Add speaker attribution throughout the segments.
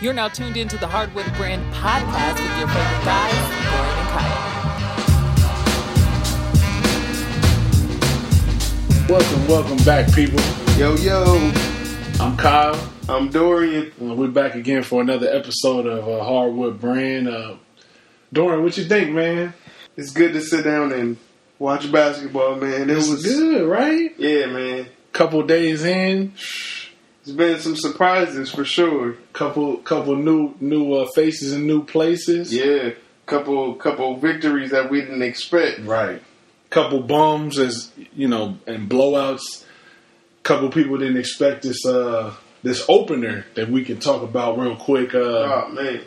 Speaker 1: You're now tuned into the Hardwood Brand podcast with your favorite guys, Gordon and Kyle.
Speaker 2: Welcome, welcome back, people.
Speaker 3: Yo, yo,
Speaker 2: I'm Kyle,
Speaker 3: I'm Dorian.
Speaker 2: and we're back again for another episode of uh, Hardwood Brand. Uh, Dorian, what you think, man?
Speaker 3: It's good to sit down and watch basketball, man. It
Speaker 2: It
Speaker 3: was
Speaker 2: was good, right?
Speaker 3: Yeah, man.
Speaker 2: Couple days in,
Speaker 3: There's been some surprises for sure.
Speaker 2: couple couple new new uh, faces and new places.
Speaker 3: Yeah, couple couple victories that we didn't expect.
Speaker 2: right. Couple bums, as you know, and blowouts. Couple people didn't expect this uh, this opener that we can talk about real quick. Uh,
Speaker 3: Oh man,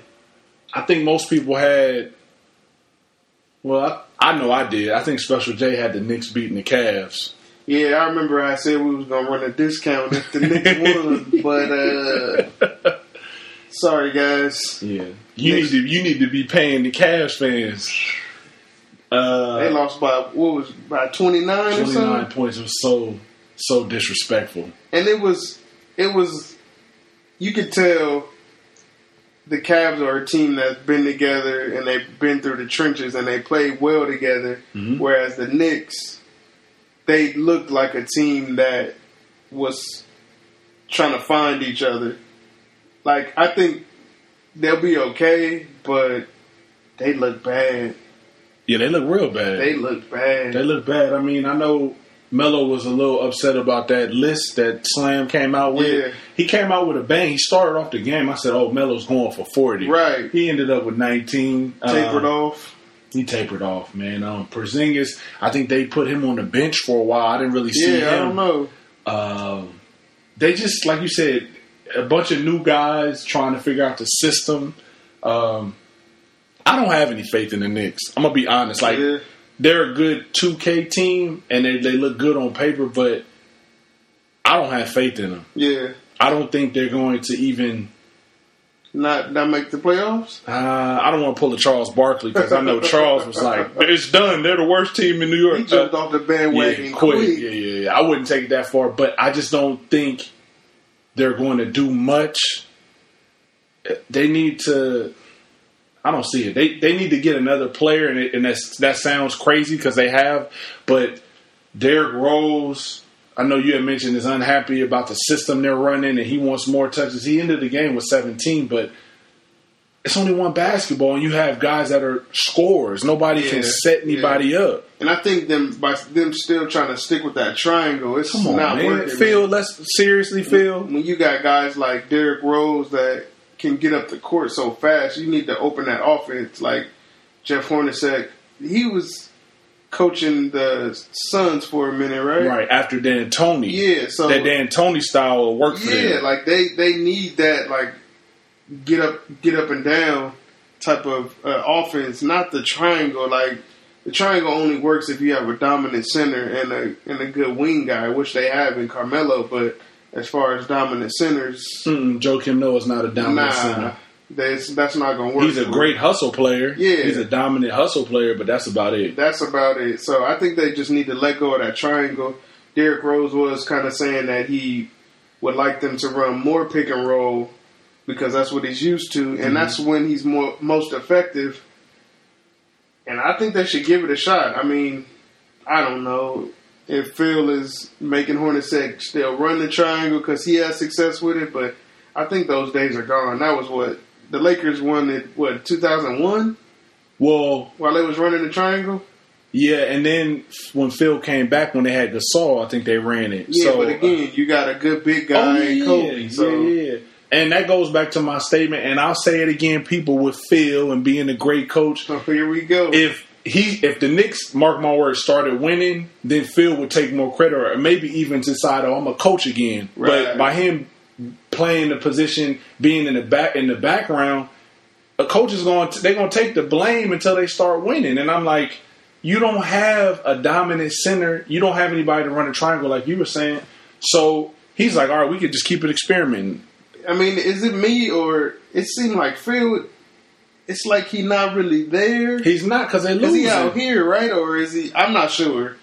Speaker 2: I think most people had. Well, I, I know I did. I think Special J had the Knicks beating the Cavs.
Speaker 3: yeah, I remember I said we was gonna run a discount if the Knicks won, but uh, sorry guys,
Speaker 2: Yeah, you need to you need to be paying the Cavs fans.
Speaker 3: they
Speaker 2: Uh,
Speaker 3: lost by what was it, by 29 or
Speaker 2: Twenty nine
Speaker 3: something,
Speaker 2: points was so so disrespectful.
Speaker 3: and it was it was you could tell the Cavs are a team that's been together and they've been through the trenches and they play well together.
Speaker 2: Mhm.
Speaker 3: Whereas the Knicks, they looked like a team that was trying to find each other. Like I think they'll be okay, but they look bad.
Speaker 2: Yeah, they look real bad.
Speaker 3: They look bad.
Speaker 2: They look bad. I mean, I know Melo was a little upset about that list that Slam came out with.
Speaker 3: Yeah.
Speaker 2: He came out with a bang. He started off the game. I said, "Oh, Melo's going for 40."
Speaker 3: Right.
Speaker 2: He ended up with 19.
Speaker 3: tapered
Speaker 2: Um,
Speaker 3: off.
Speaker 2: He tapered off, man. Um, Porzingis, I think they put him on the bench for a while. I didn't really see
Speaker 3: Yeah, I don't
Speaker 2: him.
Speaker 3: know.
Speaker 2: Um, they just, like you said, a bunch of new guys trying to figure out the system. Um, I don't have any faith in the Knicks. I'm gonna be honest. Like
Speaker 3: Yeah.
Speaker 2: they're a good 2K team, and they, they look good on paper, but I don't have faith in them.
Speaker 3: Yeah,
Speaker 2: I don't think they're going to even.
Speaker 3: not not make the playoffs.
Speaker 2: Uh, I don't want to pull a Charles Barkley because I know Charles was like, "It's done. They're the worst team in New York."
Speaker 3: He jumped off the bandwagon
Speaker 2: yeah,
Speaker 3: quick.
Speaker 2: quick. Yeah, yeah, yeah. I wouldn't take it that far, but I just don't think they're going to do much. They need to. I don't see it. They they need to get another player, and it, and that's, that sounds crazy because they have, but Derrick Rose. I know you had mentioned is unhappy about the system they're running, and he wants more touches. He ended the game with 17, but it's only one basketball, and you have guys that are scorers. Nobody
Speaker 3: Yeah,
Speaker 2: can set anybody up.
Speaker 3: And I think them by them still trying to stick with that triangle, it's
Speaker 2: Come on,
Speaker 3: not
Speaker 2: man.
Speaker 3: working.
Speaker 2: Phil, let's seriously, Phil.
Speaker 3: When you got guys like Derrick Rose that can get up the court so fast, you need to open that offense. Like Jeff Hornacek, he was coaching the Suns for a minute, right?
Speaker 2: Right after Dan Tony,
Speaker 3: Yeah. So
Speaker 2: that Dan Tony style will work for
Speaker 3: yeah,
Speaker 2: them.
Speaker 3: like they they need that like get up get up and down type of uh, offense, not the triangle. Like the triangle only works if you have a dominant center and a and a good wing guy, which they have in Carmelo. But as far as dominant centers,
Speaker 2: Mm-mm, Mm, Joe Kim Noah's not a dominant
Speaker 3: nah,
Speaker 2: center.
Speaker 3: that's that's not gonna work.
Speaker 2: He's a
Speaker 3: for
Speaker 2: great
Speaker 3: them.
Speaker 2: hustle player.
Speaker 3: Yeah.
Speaker 2: he's a dominant hustle player, but that's about it.
Speaker 3: That's about it. So I think they just need to let go of that triangle. Derrick Rose was kind of saying that he would like them to run more pick and roll because that's what he's used to, and that's when he's more most effective. And I think they should give it a shot. I mean, I don't know if Phil is making Hornacek still run the triangle because he has success with it, but I think those days are gone. That was what the Lakers won it. What 2001
Speaker 2: Well,
Speaker 3: while they was running the triangle.
Speaker 2: yeah, and then when Phil came back, when they had Gasol, I think they ran it.
Speaker 3: Yeah,
Speaker 2: so,
Speaker 3: but again, you got a good big
Speaker 2: uh,
Speaker 3: guy
Speaker 2: oh,
Speaker 3: in
Speaker 2: yeah,
Speaker 3: Kobe.
Speaker 2: yeah,
Speaker 3: So
Speaker 2: yeah. And that goes back to my statement, and I'll say it again: people with Phil and being a great coach,
Speaker 3: so here we go.
Speaker 2: if he if the Knicks, mark my words, started winning, then Phil would take more credit, or maybe even decide, oh, I'm a coach again. But
Speaker 3: Right.
Speaker 2: by him playing the position, being in the back in the background, a coach is going to, they're going to take the blame until they start winning. And I'm like, you don't have a dominant center, you don't have anybody to run a triangle like you were saying. So he's like, all right, we could just keep it experimenting.
Speaker 3: I mean, is it me or it seemed like Phil? It's like he not really there. Is
Speaker 2: He's not because they lose.
Speaker 3: he out here, right? Or
Speaker 2: Uh.
Speaker 3: is he? I'm not sure.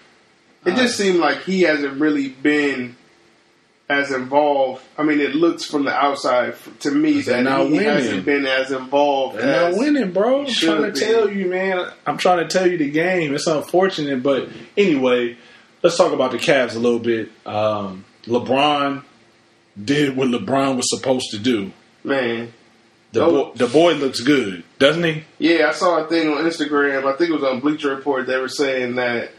Speaker 3: It just seemed like he hasn't really been as involved. I mean, it looks from the outside f- to me
Speaker 2: They're
Speaker 3: that
Speaker 2: not
Speaker 3: he
Speaker 2: winning.
Speaker 3: hasn't been as involved.
Speaker 2: They're
Speaker 3: as,
Speaker 2: not winning, bro. I'm
Speaker 3: Should
Speaker 2: trying to
Speaker 3: be.
Speaker 2: tell you, man. I'm trying to tell you the game. It's unfortunate, but anyway, let's talk about the Cavs a little bit. Um, LeBron did what LeBron was supposed to do.
Speaker 3: Man,
Speaker 2: The,
Speaker 3: Oh.
Speaker 2: boy, the boy looks good, doesn't he?
Speaker 3: Yeah, I saw a thing on Instagram. I think it was on Bleacher Report. They were saying that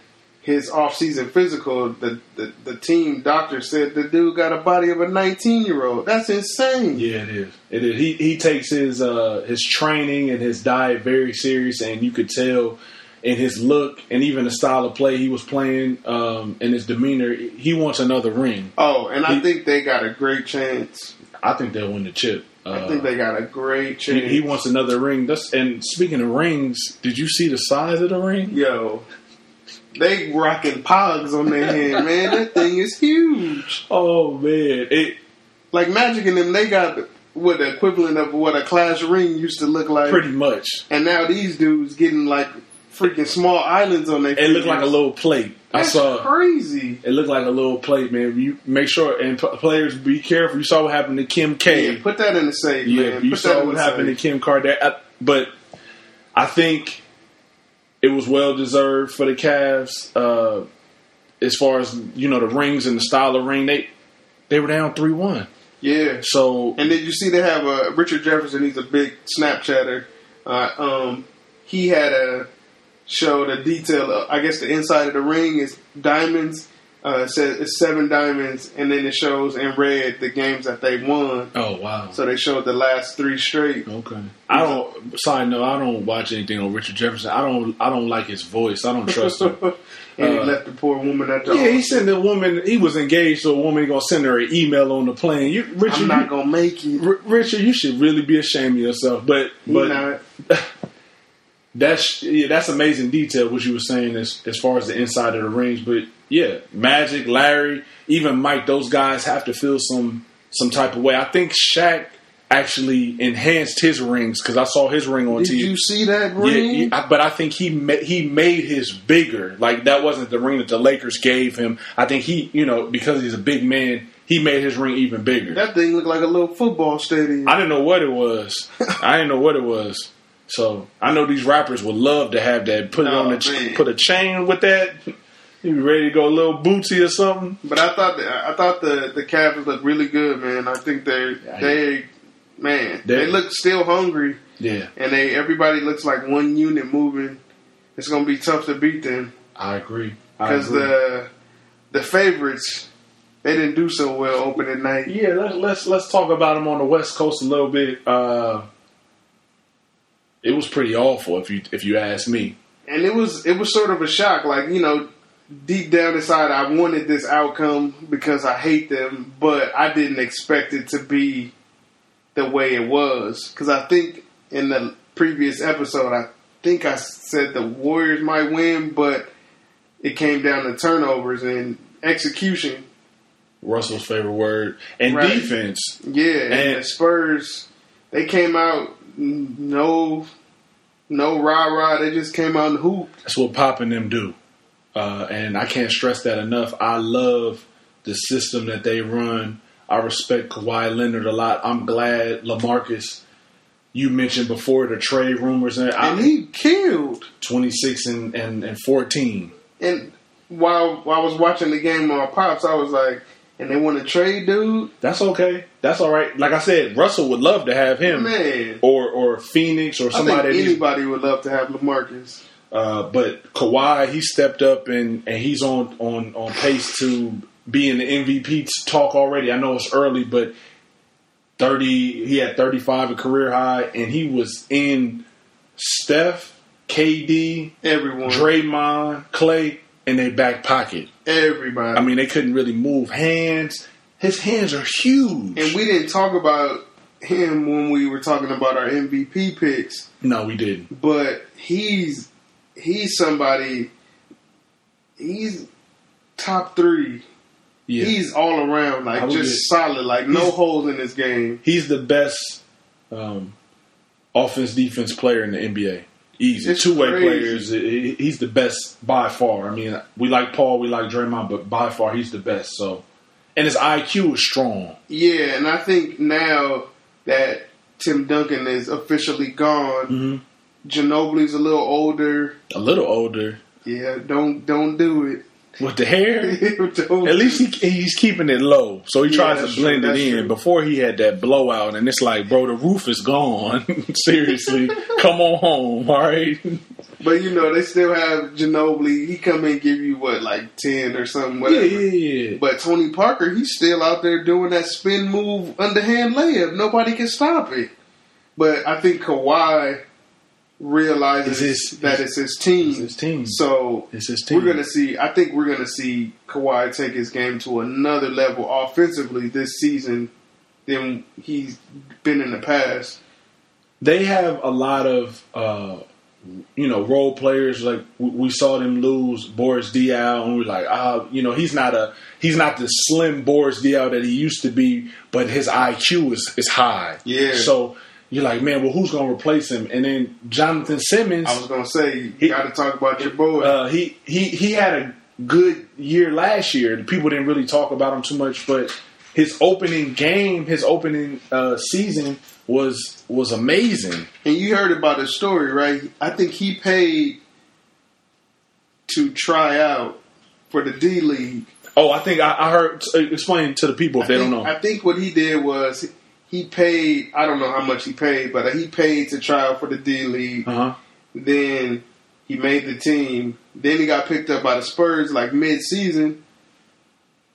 Speaker 3: his off-season physical, the the, the team doctor said the dude got a body of a 19-year-old. That's insane.
Speaker 2: Yeah, it is. It is. He he takes his uh, his training and his diet very serious, and you could tell in his look and even the style of play he was playing um, and his demeanor. He wants another ring.
Speaker 3: Oh, and I
Speaker 2: He-
Speaker 3: think they got a great chance.
Speaker 2: I think they'll win the chip. Uh,
Speaker 3: I think they got a great
Speaker 2: he,
Speaker 3: chance.
Speaker 2: he wants another ring. That's and speaking of rings, did you see the size of the ring?
Speaker 3: Yo, they rocking pogs on their hand, man. That thing is huge.
Speaker 2: Oh man, it
Speaker 3: Like Magic and them, they got what the equivalent of what a Clash ring used to look like.
Speaker 2: pretty much.
Speaker 3: And now these dudes getting like freaking small islands on their.
Speaker 2: It looked like a little plate. I
Speaker 3: That's
Speaker 2: saw.
Speaker 3: crazy.
Speaker 2: It looked like a little plate, man. You make sure and p- players be careful. You saw what happened to Kim K.
Speaker 3: Yeah, put that in the safe,
Speaker 2: Yeah,
Speaker 3: man.
Speaker 2: you
Speaker 3: put that
Speaker 2: saw
Speaker 3: in
Speaker 2: what
Speaker 3: the
Speaker 2: happened to
Speaker 3: safe.
Speaker 2: Kim Kardashian, but I think it was well deserved for the Cavs. Uh, as far as you know, the rings and the style of ring, they they were down three one.
Speaker 3: Yeah,
Speaker 2: So
Speaker 3: and did you see they have a Richard Jefferson? He's a big Snapchatter. Uh, um, he had a show the detail. Of, I guess the inside of the ring is diamonds. Uh, it says it's seven diamonds, and then it shows in red the games that they won.
Speaker 2: oh wow.
Speaker 3: So they showed the last three straight.
Speaker 2: Okay. I don't. Side note: I don't watch anything on Richard Jefferson. I don't. I don't like his voice. I don't trust him.
Speaker 3: and he
Speaker 2: Uh,
Speaker 3: left the poor woman at the.
Speaker 2: yeah, he sent a woman. He was engaged to a woman. He gonna send her an email on the plane. You, Richard,
Speaker 3: I'm not gonna make it.
Speaker 2: you, R- Richard, you should really be ashamed of yourself. But
Speaker 3: He
Speaker 2: but
Speaker 3: not.
Speaker 2: that's yeah, that's amazing detail what you were saying as as far as the inside of the rings. But yeah, Magic, Larry, even Mike, those guys have to feel some some type of way. I think Shaq actually enhanced his rings because I saw his ring on
Speaker 3: Did
Speaker 2: TV.
Speaker 3: you see that
Speaker 2: Yeah,
Speaker 3: ring?
Speaker 2: he- I- but I think he ma- he made his bigger. Like that wasn't the ring that the Lakers gave him. I think he, you know, because he's a big man, he made his ring even bigger.
Speaker 3: That thing looked like a little football stadium.
Speaker 2: I didn't know what it was. I didn't know what it was. So I know these rappers would love to have that. Put it
Speaker 3: Oh,
Speaker 2: on a ch-
Speaker 3: man.
Speaker 2: put a chain with that. You ready to go, little booty or something?
Speaker 3: But I thought that, I thought the the Cavs looked really good, man. I think they
Speaker 2: Yeah,
Speaker 3: they man
Speaker 2: They-
Speaker 3: they, look still hungry,
Speaker 2: Yeah,
Speaker 3: and they everybody looks like one unit moving. It's gonna be tough to beat them
Speaker 2: I agree. I
Speaker 3: because
Speaker 2: agree.
Speaker 3: the the favorites they didn't do so well opening night.
Speaker 2: yeah, let's let's let's talk about them on the West Coast a little bit. Uh, it was pretty awful, if you if you ask me.
Speaker 3: and it was it was sort of a shock. Like you know, deep down inside, I wanted this outcome because I hate them, but I didn't expect it to be the way it was. Because I think in the previous episode, I think I said the Warriors might win, but it came down to turnovers and execution.
Speaker 2: Russell's favorite word and
Speaker 3: Right.
Speaker 2: defense.
Speaker 3: Yeah, and,
Speaker 2: And-
Speaker 3: the Spurs, they came out n- no. No rah rah, they just came out and hooped.
Speaker 2: That's what Pop and them do. Uh, and I can't stress that enough. I love the system that they run. I respect Kawhi Leonard a lot. I'm glad Lamarcus. You mentioned before the trade rumors, and
Speaker 3: And
Speaker 2: I'm
Speaker 3: he killed.
Speaker 2: 26 and, and, and 14.
Speaker 3: And while, while I was watching the game on Pops, I was like, and they want to trade, dude?
Speaker 2: That's okay. That's all right. Like I said, Russell would love to have him,
Speaker 3: Man.
Speaker 2: or or Phoenix or
Speaker 3: I
Speaker 2: somebody.
Speaker 3: think
Speaker 2: that he's-
Speaker 3: anybody would love to have Lamarcus.
Speaker 2: Uh, but Kawhi, he stepped up and, and he's on, on, on pace to be in the MVP talk already. I know it's early, but thirty he had thirty five a career high, and he was in Steph, KD,
Speaker 3: Everyone.
Speaker 2: Draymond, Clay in their back pocket.
Speaker 3: Everybody.
Speaker 2: I mean, they couldn't really move hands. His hands are huge.
Speaker 3: and we didn't talk about him when we were talking about our MVP picks,
Speaker 2: no, we didn't.
Speaker 3: but he's he's somebody. He's top three.
Speaker 2: Yeah, he's,
Speaker 3: He's all around,
Speaker 2: I
Speaker 3: like
Speaker 2: would
Speaker 3: just
Speaker 2: get-
Speaker 3: solid, like no
Speaker 2: He's-
Speaker 3: holes in this game.
Speaker 2: the best um, offense defense player in the NBA. Easy.
Speaker 3: It's
Speaker 2: Two way
Speaker 3: crazy.
Speaker 2: players. He- He's the best by far. I mean, we like Paul, we like Draymond, but by far he's the best. So and his IQ is strong.
Speaker 3: Yeah, and I think now that Tim Duncan is officially gone,
Speaker 2: Mm-hmm.
Speaker 3: Ginobili's a little older.
Speaker 2: A little older
Speaker 3: Yeah, don't don't do
Speaker 2: with the hair.
Speaker 3: it. Don't-
Speaker 2: At least he, he's keeping it low, so he
Speaker 3: Yeah,
Speaker 2: tries
Speaker 3: that's
Speaker 2: to blend
Speaker 3: true,
Speaker 2: it
Speaker 3: that's
Speaker 2: in.
Speaker 3: true.
Speaker 2: Before he had that blowout, and it's like, bro, the roof is gone. Seriously, come on home, all right?
Speaker 3: but you know they still have Ginobili. He come in and give you what like ten or something, whatever.
Speaker 2: yeah.
Speaker 3: But Tony Parker, he's still out there doing that spin move, underhand layup. Nobody can stop it. But I think Kawhi realizes
Speaker 2: It's his-
Speaker 3: that it's his team.
Speaker 2: it's his team.
Speaker 3: So
Speaker 2: It's his team.
Speaker 3: we're gonna see. I think we're gonna see Kawhi take his game to another level offensively this season than he's been in the past.
Speaker 2: they have a lot of uh, you know role players. Like w- we saw them lose Boris Diaw, and we are like, ah, you know, he's not a he's not the slim Boris Diaw that he used to be, but his IQ is is high.
Speaker 3: Yeah.
Speaker 2: So you're like, man, well, who's gonna replace him? And then Jonathan Simmons,
Speaker 3: I was gonna say you got to talk about your boy.
Speaker 2: uh, he he he had a good year last year. People didn't really talk about him too much, but his opening game, his opening uh, season was was amazing.
Speaker 3: And you heard about his story, right? I think he paid to try out for the D League.
Speaker 2: Oh, I think I, I heard. uh, Explain to the people if they don't know.
Speaker 3: I think what he did was he paid. I don't know how much he paid, but he paid to try out for the D League.
Speaker 2: Uh huh.
Speaker 3: Then he made the team. Then he got picked up by the Spurs like mid-season,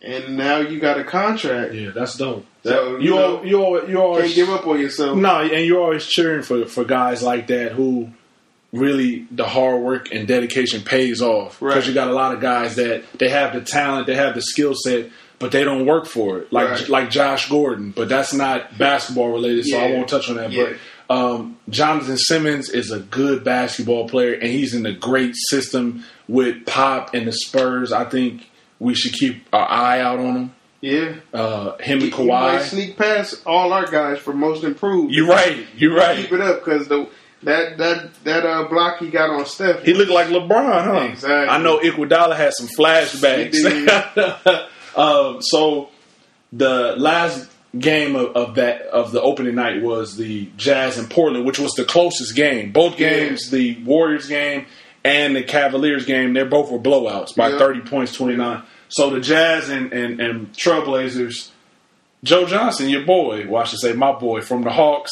Speaker 3: and now you got a contract.
Speaker 2: Yeah, that's dope.
Speaker 3: So,
Speaker 2: That-
Speaker 3: you
Speaker 2: you
Speaker 3: know,
Speaker 2: al- you al- you
Speaker 3: Can't
Speaker 2: always
Speaker 3: give up on yourself.
Speaker 2: no, and you're always cheering for for guys like that who really the hard work and dedication pays off because
Speaker 3: Right.
Speaker 2: you got a lot of guys that they have the talent, they have the skill set, but they don't work for it. Like
Speaker 3: Right.
Speaker 2: like Josh Gordon, but that's not basketball related, so I
Speaker 3: Yeah.
Speaker 2: won't touch on that.
Speaker 3: Yeah.
Speaker 2: But um, Jonathan Simmons is a good basketball player, and he's in a great system with Pop and the Spurs. I think we should keep our eye out on him.
Speaker 3: Yeah,
Speaker 2: Uh, him and
Speaker 3: You might
Speaker 2: Kawhi.
Speaker 3: sneak past all our guys for most improved.
Speaker 2: You're right. You're right.
Speaker 3: keep it up because the that that that uh, block he got on Steph.
Speaker 2: He looked like LeBron, huh?
Speaker 3: Exactly.
Speaker 2: I know Iguodala had some
Speaker 3: He
Speaker 2: flashbacks. um, so the last game of, of that of the opening night was the Jazz in Portland, which was the closest game. Both
Speaker 3: Yeah.
Speaker 2: games, the Warriors game and the Cavaliers game, they both were blowouts by
Speaker 3: Yeah.
Speaker 2: thirty points, twenty nine. So the Jazz and, and, and Trailblazers, Joe Johnson, your boy, well, I should say my boy, from the Hawks,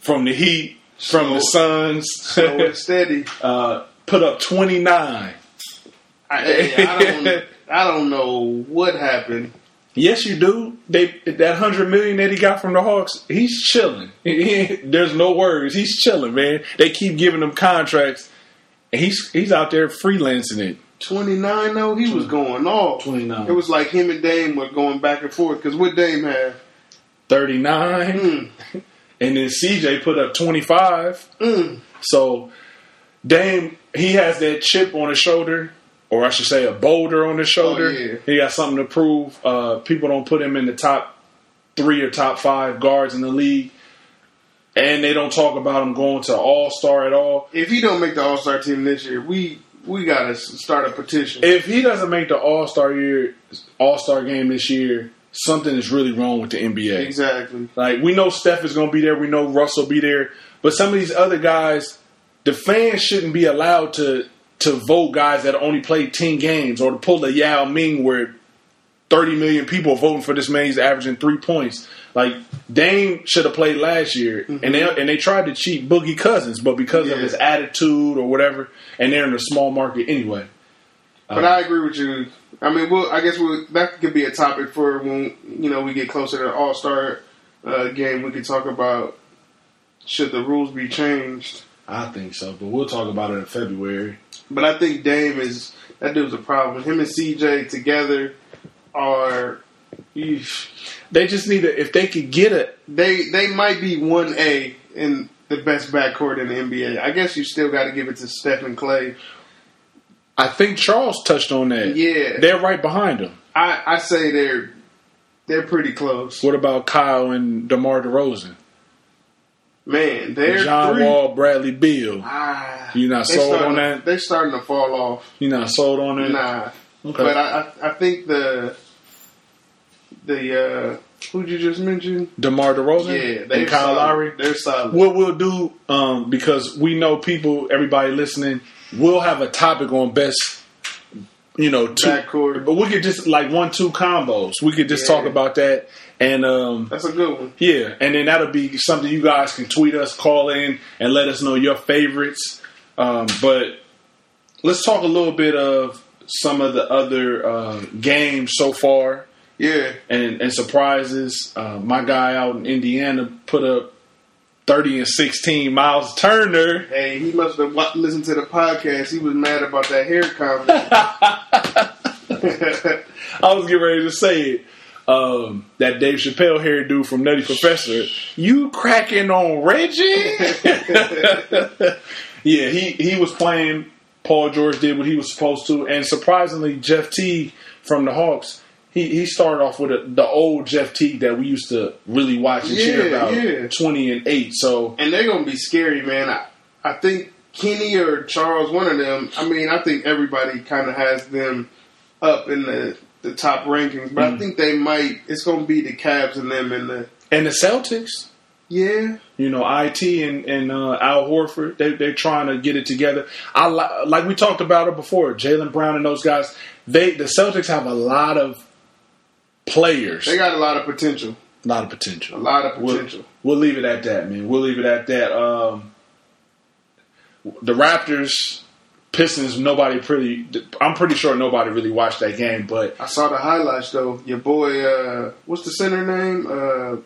Speaker 2: from the Heat, from the Suns.
Speaker 3: so it's steady.
Speaker 2: uh, put up 29.
Speaker 3: I, I don't I don't know what happened.
Speaker 2: Yes, you do. They that hundred million that he got from the Hawks, he's chilling. There's no words. He's chilling, man. They keep giving him contracts, and he's he's out there freelancing it.
Speaker 3: Twenty nine though, he was going off.
Speaker 2: 29.
Speaker 3: It was like him and Dame were going back and forth because what Dame had.
Speaker 2: Thirty nine,
Speaker 3: Mm.
Speaker 2: and then CJ put up twenty five.
Speaker 3: Mm.
Speaker 2: So Dame, he has that chip on his shoulder, or I should say, a boulder on his shoulder.
Speaker 3: yeah.
Speaker 2: He got something to prove. Uh, people don't put him in the top three or top five guards in the league, and they don't talk about him going to All Star at all.
Speaker 3: If he don't make the All Star team this year, we we gotta s- start a petition.
Speaker 2: If he doesn't make the All Star year, All Star game this year, something is really wrong with the NBA.
Speaker 3: exactly.
Speaker 2: Like we know Steph is going to be there, we know Russell be there, but some of these other guys, the fans shouldn't be allowed to to vote guys that only played ten games or to pull the Yao Ming where thirty million people voting for this man. He's averaging three points. Like Dame should have played last year, and they and they tried to cheat Boogie Cousins, but because of
Speaker 3: Yeah.
Speaker 2: his attitude or whatever, and they're in a small market anyway.
Speaker 3: But I agree with you. I mean, we'll, I guess we'll, that could be a topic for when you know we get closer to the All Star uh, game. We could talk about should the rules be changed.
Speaker 2: I think so, but we'll talk about it in February.
Speaker 3: But I think Dame is that dude's a problem. Him and CJ together are eesh.
Speaker 2: They just need to if they could get it.
Speaker 3: they they might be one A in the best backcourt in the NBA. I guess you still got to give it to Steph and Clay.
Speaker 2: I think Charles touched on that.
Speaker 3: Yeah.
Speaker 2: They're right behind him.
Speaker 3: I, I say they're they're pretty close.
Speaker 2: What about Kyle and DeMar DeRozan?
Speaker 3: Man, they're
Speaker 2: John
Speaker 3: three.
Speaker 2: Wall, Bradley Beal.
Speaker 3: Ah,
Speaker 2: You not
Speaker 3: they
Speaker 2: sold
Speaker 3: starting
Speaker 2: on
Speaker 3: to-
Speaker 2: that?
Speaker 3: They starting to fall off.
Speaker 2: You not sold on it?
Speaker 3: Nah,
Speaker 2: Okay.
Speaker 3: but I, I I think the the uh, who'd you just mention?
Speaker 2: DeMar DeRozan
Speaker 3: Yeah,
Speaker 2: and Kyle
Speaker 3: solid.
Speaker 2: Lowry.
Speaker 3: They're solid.
Speaker 2: What we'll do, um, because we know people, everybody listening, we'll have a topic on best, you know, two.
Speaker 3: Backcourt.
Speaker 2: But we could just like one two combos. We could just
Speaker 3: Yeah.
Speaker 2: talk about that, and um,
Speaker 3: That's a good one.
Speaker 2: yeah, and then that'll be something you guys can tweet us, call in, and let us know your favorites. Um, but let's talk a little bit of some of the other uh, games so far
Speaker 3: Yeah,
Speaker 2: and, and surprises. Uh, my guy out in Indiana put up 30 and 16. Miles Turner.
Speaker 3: hey, he must have wa- listened to the podcast. He was mad about that hair comment.
Speaker 2: I was getting ready to say it. Um, that Dave Chappelle hairdo from Nutty Professor. You cracking on Reggie? yeah, he, he was playing. Paul George did what he was supposed to. And surprisingly, Jeff Teague from the Hawks. He, he started off with a, the old Jeff Teague that we used to really watch and cheer
Speaker 3: Yeah,
Speaker 2: about,
Speaker 3: yeah.
Speaker 2: twenty and eight. So
Speaker 3: and they're gonna be scary, man. I, I think Kenny or Charles, one of them. I mean, I think everybody kind of has them up in the the top rankings,
Speaker 2: Mm.
Speaker 3: but I think they might. It's gonna be the Cavs and them in the
Speaker 2: and the Celtics,
Speaker 3: yeah.
Speaker 2: You know, it and and uh, Al Horford, they they're trying to get it together. I li- like we talked about it before. Jalen Brown and those guys, they the Celtics have a lot of players,
Speaker 3: They got a lot of potential.
Speaker 2: a lot of potential.
Speaker 3: A lot of
Speaker 2: We'll-
Speaker 3: potential.
Speaker 2: We'll, leave it at that, man. We'll leave it at that. Um, the Raptors, Pistons. Nobody pretty. I'm pretty sure nobody really watched that game, but
Speaker 3: I saw the highlights though. Your boy, uh, what's the center name? Uh,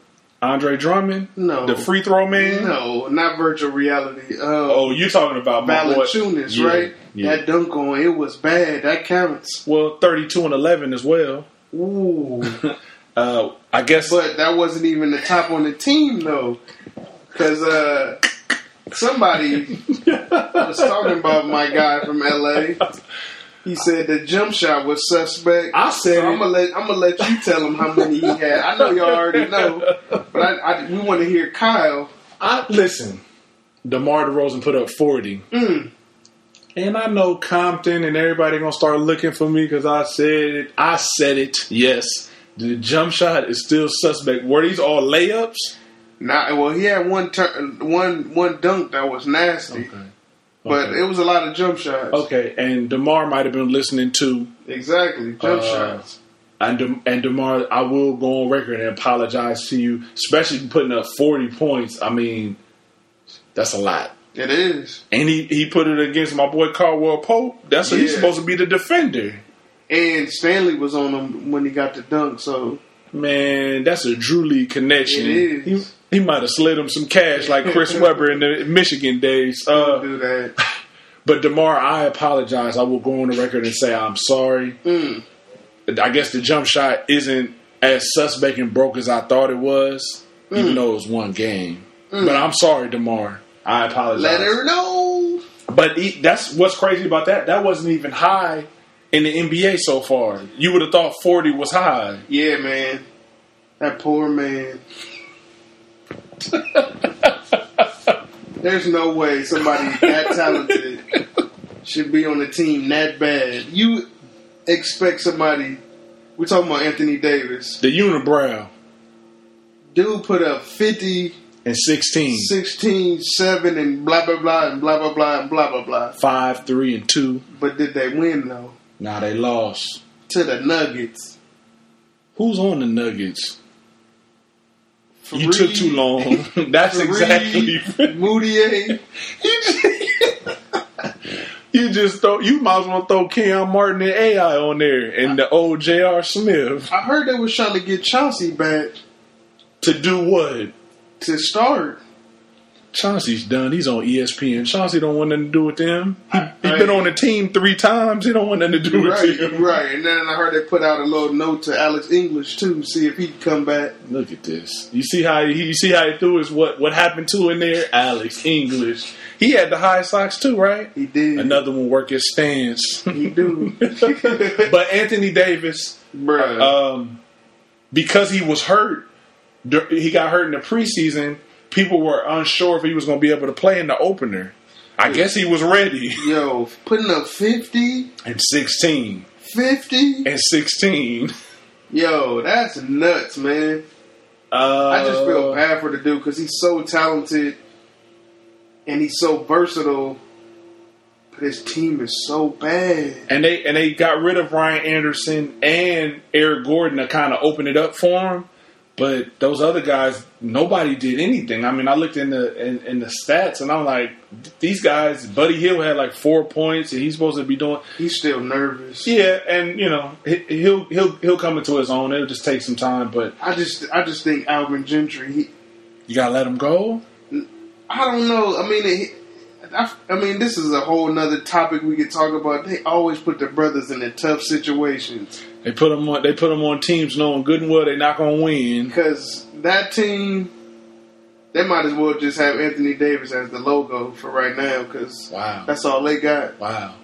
Speaker 2: Andre Drummond,
Speaker 3: No.
Speaker 2: the free throw man.
Speaker 3: no, not virtual reality. Uh,
Speaker 2: Oh, you're talking about my boy
Speaker 3: Valanciunas,
Speaker 2: Yeah,
Speaker 3: right?
Speaker 2: yeah.
Speaker 3: That dunk on it was bad. That counts.
Speaker 2: Well, 32 and 11 as well.
Speaker 3: Ooh,
Speaker 2: Uh, I guess.
Speaker 3: but that wasn't even the top on the team though, because uh, somebody was talking about my guy from LA. He said the jump shot was suspect.
Speaker 2: I said
Speaker 3: I'm gonna let I'm gonna let you tell him how many he had. I know y'all already know, but I, I, we want to hear Kyle.
Speaker 2: I listen. DeMar DeRozan put up 40. And I know Compton and everybody gonna start looking for me because I said it. I said it. Yes, the jump shot is still suspect. Were these all layups?
Speaker 3: Nah, well, he had one turn, one one dunk that was nasty, but
Speaker 2: Okay.
Speaker 3: it was a lot of jump shots.
Speaker 2: Okay, and Demar might have been listening to
Speaker 3: Exactly,
Speaker 2: Uh,
Speaker 3: jump shots.
Speaker 2: and De- and Demar. I will go on record and apologize to you, especially putting up 40 points. I mean, that's a lot.
Speaker 3: It is,
Speaker 2: And he, he put it against my boy Caldwell Pope. That's what he's
Speaker 3: Yeah.
Speaker 2: supposed to be the defender.
Speaker 3: and Stanley was on him when he got the dunk. So
Speaker 2: Man, that's a Drew League connection.
Speaker 3: It is.
Speaker 2: He, he might have slid him some cash like Chris Webber in the Michigan days.
Speaker 3: don't
Speaker 2: Uh,
Speaker 3: do that.
Speaker 2: but DeMar, I apologize. I will go on the record and say I'm sorry.
Speaker 3: Mm.
Speaker 2: I guess the jump shot isn't as suspect and broke as I thought it was, even
Speaker 3: Mm.
Speaker 2: though it was one game. But I'm sorry, DeMar. I apologize.
Speaker 3: Let her know.
Speaker 2: But he, that's what's crazy about that. That wasn't even high in the NBA so far. You would have thought 40 was high.
Speaker 3: Yeah, man. That poor man. There's no way somebody that talented should be on the team that bad. You expect somebody. We're talking about Anthony Davis.
Speaker 2: The unibrow
Speaker 3: Dude put up 50,
Speaker 2: and 16,
Speaker 3: 16, 7, and blah, blah, blah, and blah, blah, blah, and blah, blah, blah.
Speaker 2: 5, 3, and 2.
Speaker 3: But did they win, though?
Speaker 2: Now they lost.
Speaker 3: To the Nuggets.
Speaker 2: Who's on the Nuggets? You took too long. That's exactly.
Speaker 3: Moody.
Speaker 2: you just- you just throw. You might as well throw Keon Martin and AI on there and the old J.R. Smith
Speaker 3: I heard they was trying to get Chauncey back
Speaker 2: to do what?
Speaker 3: to start.
Speaker 2: Chauncey's done. He's on E ESPN. Chauncey don't want nothing to do with them. He, he
Speaker 3: Right.
Speaker 2: been on the team three times. He don't want nothing to do with
Speaker 3: Right,
Speaker 2: them.
Speaker 3: right. And then I heard they put out a little note to Alex English too, see if he can come back.
Speaker 2: Look at this. You see how he, you see how he threw his what what happened to in there? Alex English. He had the high socks too, right?
Speaker 3: He did.
Speaker 2: Another one work his stance.
Speaker 3: He do.
Speaker 2: but Anthony Davis,
Speaker 3: Bruh.
Speaker 2: um, because he was hurt, dur- he got hurt in the preseason. People were unsure if he was going to be able to play in the opener. I guess he was ready.
Speaker 3: Yo, putting up 50,
Speaker 2: And 16.
Speaker 3: 50.
Speaker 2: and 16.
Speaker 3: Yo, that's nuts, man.
Speaker 2: Uh,
Speaker 3: I just feel bad for the dude because he's so talented and he's so versatile, but his team is so bad.
Speaker 2: And they and they got rid of Ryan Anderson and Eric Gordon to kind of open it up for him. But those other guys, nobody did anything. I mean, I looked in the in, in the stats, and I'm like, these guys. Buddy Hill had like four points, and he's supposed to be doing.
Speaker 3: He's still nervous.
Speaker 2: Yeah, and you know he- he'll he'll he'll come into his own. It'll just take some time, but
Speaker 3: I just, I just think Alvin Gentry. He,
Speaker 2: you gotta let him go.
Speaker 3: I don't know. I mean, it, I, I mean, this is a whole nother topic we could talk about. They always put their brothers in the tough situations
Speaker 2: They put him on. They put him on teams knowing good and well they're not gonna win.
Speaker 3: because that team, they might as well just have Anthony Davis as the logo for right now because
Speaker 2: Wow.
Speaker 3: that's all they got.
Speaker 2: Wow,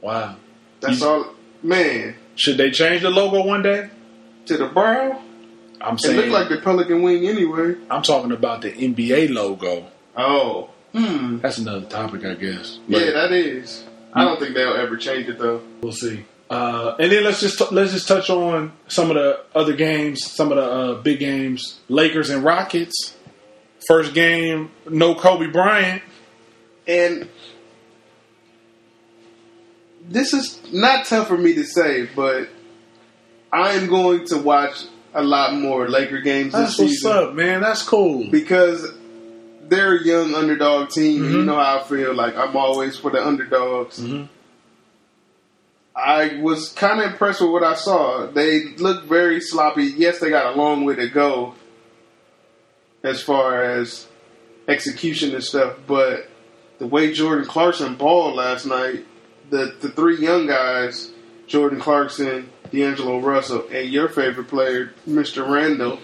Speaker 2: wow.
Speaker 3: That's
Speaker 2: You-
Speaker 3: all, man.
Speaker 2: Should they change the logo one day?
Speaker 3: To the brow,
Speaker 2: I'm
Speaker 3: it
Speaker 2: saying.
Speaker 3: looked like the Pelican wing anyway.
Speaker 2: I'm talking about the NBA logo.
Speaker 3: Oh, hmm.
Speaker 2: That's another topic, I guess. But
Speaker 3: Yeah, that is. I don't think they'll ever change it though.
Speaker 2: we'll see. Uh, and then let's just t- let's just touch on some of the other games, some of the uh, big games. Lakers and Rockets. First game, no Kobe Bryant.
Speaker 3: And this is not tough for me to say, but I am going to watch a lot more Laker games this
Speaker 2: That's what's
Speaker 3: season
Speaker 2: up, man. That's cool.
Speaker 3: because they're a young underdog team. and You know how I feel. Like I'm always for the underdogs.
Speaker 2: Mhm.
Speaker 3: I was kind of impressed with what I saw. They looked very sloppy. Yes, they got a long way to go as far as execution and stuff, but the way Jordan Clarkson balled last night, the the three young guys, Jordan Clarkson, D'Angelo Russell, and your favorite player, Mr. Randall,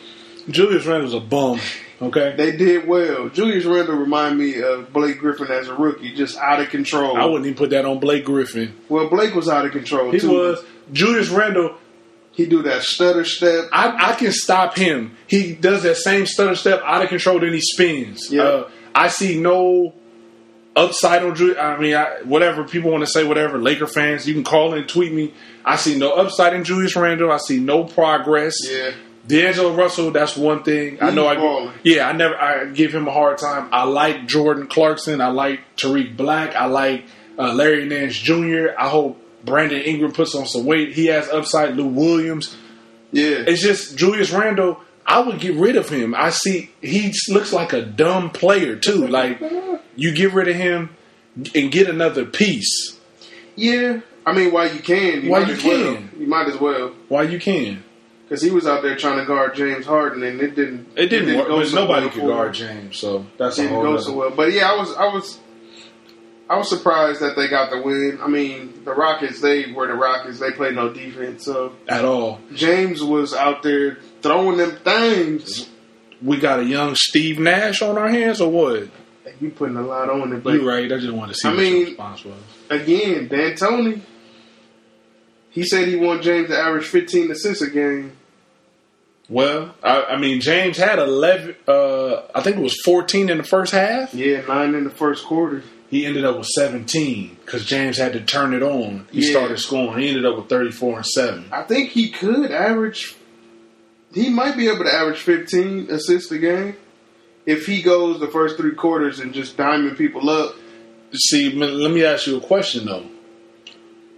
Speaker 2: Julius Randle's a bum. Okay,
Speaker 3: they did well. Julius Randle remind me of Blake Griffin as a rookie, just out of control.
Speaker 2: I wouldn't even put that on Blake Griffin.
Speaker 3: well, Blake was out of control
Speaker 2: He
Speaker 3: too.
Speaker 2: was Julius Randle.
Speaker 3: He do that stutter step.
Speaker 2: I, I can stop him. He does that same stutter step out of control, then he spins.
Speaker 3: Yeah.
Speaker 2: Uh, I see no upside on Drew. I mean, I, whatever people want to say, whatever Laker fans, you can call and tweet me. I see no upside in Julius Randle. I see no progress.
Speaker 3: Yeah.
Speaker 2: D'Angelo Russell, that's one thing. I
Speaker 3: He's
Speaker 2: know I
Speaker 3: balling.
Speaker 2: yeah, I never I give him a hard time. I like Jordan Clarkson. I like Tariq Black. I like uh, Larry Nance Jr. I hope Brandon Ingram puts on some weight. He has upside. Lou Williams.
Speaker 3: Yeah.
Speaker 2: It's just Julius Randle. I would get rid of him. I see he s- looks like a dumb player too. Like you get rid of him and get another piece
Speaker 3: Yeah. I mean, while you can, you
Speaker 2: While
Speaker 3: might
Speaker 2: you
Speaker 3: as
Speaker 2: can.
Speaker 3: well. You might as well.
Speaker 2: while you can.
Speaker 3: Because he was out there trying to guard James Harden, and it didn't.
Speaker 2: It didn't, work,
Speaker 3: go
Speaker 2: but
Speaker 3: so
Speaker 2: nobody
Speaker 3: well
Speaker 2: could
Speaker 3: for him.
Speaker 2: guard James, so that's a
Speaker 3: Didn't
Speaker 2: whole.
Speaker 3: go
Speaker 2: nother-
Speaker 3: so well, but yeah, I was, I was, I was surprised that they got the win. I mean, the Rockets, they were the Rockets. They played no defense, so
Speaker 2: at all.
Speaker 3: James was out there throwing them things.
Speaker 2: we got a young Steve Nash on our hands or what?
Speaker 3: Like, You putting a lot on it, but
Speaker 2: You right. I just wanted to see
Speaker 3: I
Speaker 2: what your
Speaker 3: mean-
Speaker 2: response was.
Speaker 3: again, D'Antoni, he said he wanted James to average fifteen assists a game.
Speaker 2: Well, I, I mean, James had 11, uh, I think it was 14 in the first half.
Speaker 3: Yeah, nine in the first quarter.
Speaker 2: He ended up with 17 because James had to turn it on. He
Speaker 3: Yeah.
Speaker 2: started scoring. He ended up with 34 and 7.
Speaker 3: I think he could average. He might be able to average 15 assists a game if he goes the first three quarters and just diming people up.
Speaker 2: See, m- let me ask you a question, though.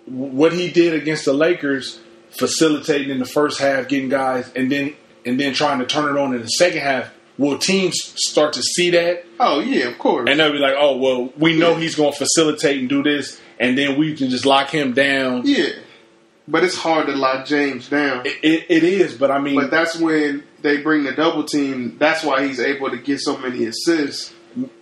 Speaker 2: What he did against the Lakers, facilitating in the first half, getting guys, and then and then trying to turn it on in the second half, will teams start to see that
Speaker 3: Oh yeah, of course.
Speaker 2: And they'll be like, oh, well, we know he's going to facilitate and do this, and then we can just lock him down.
Speaker 3: yeah, but it's hard to lock James down.
Speaker 2: It, it, it is, but I mean,
Speaker 3: But that's when they bring the double team. That's why he's able to get so many assists.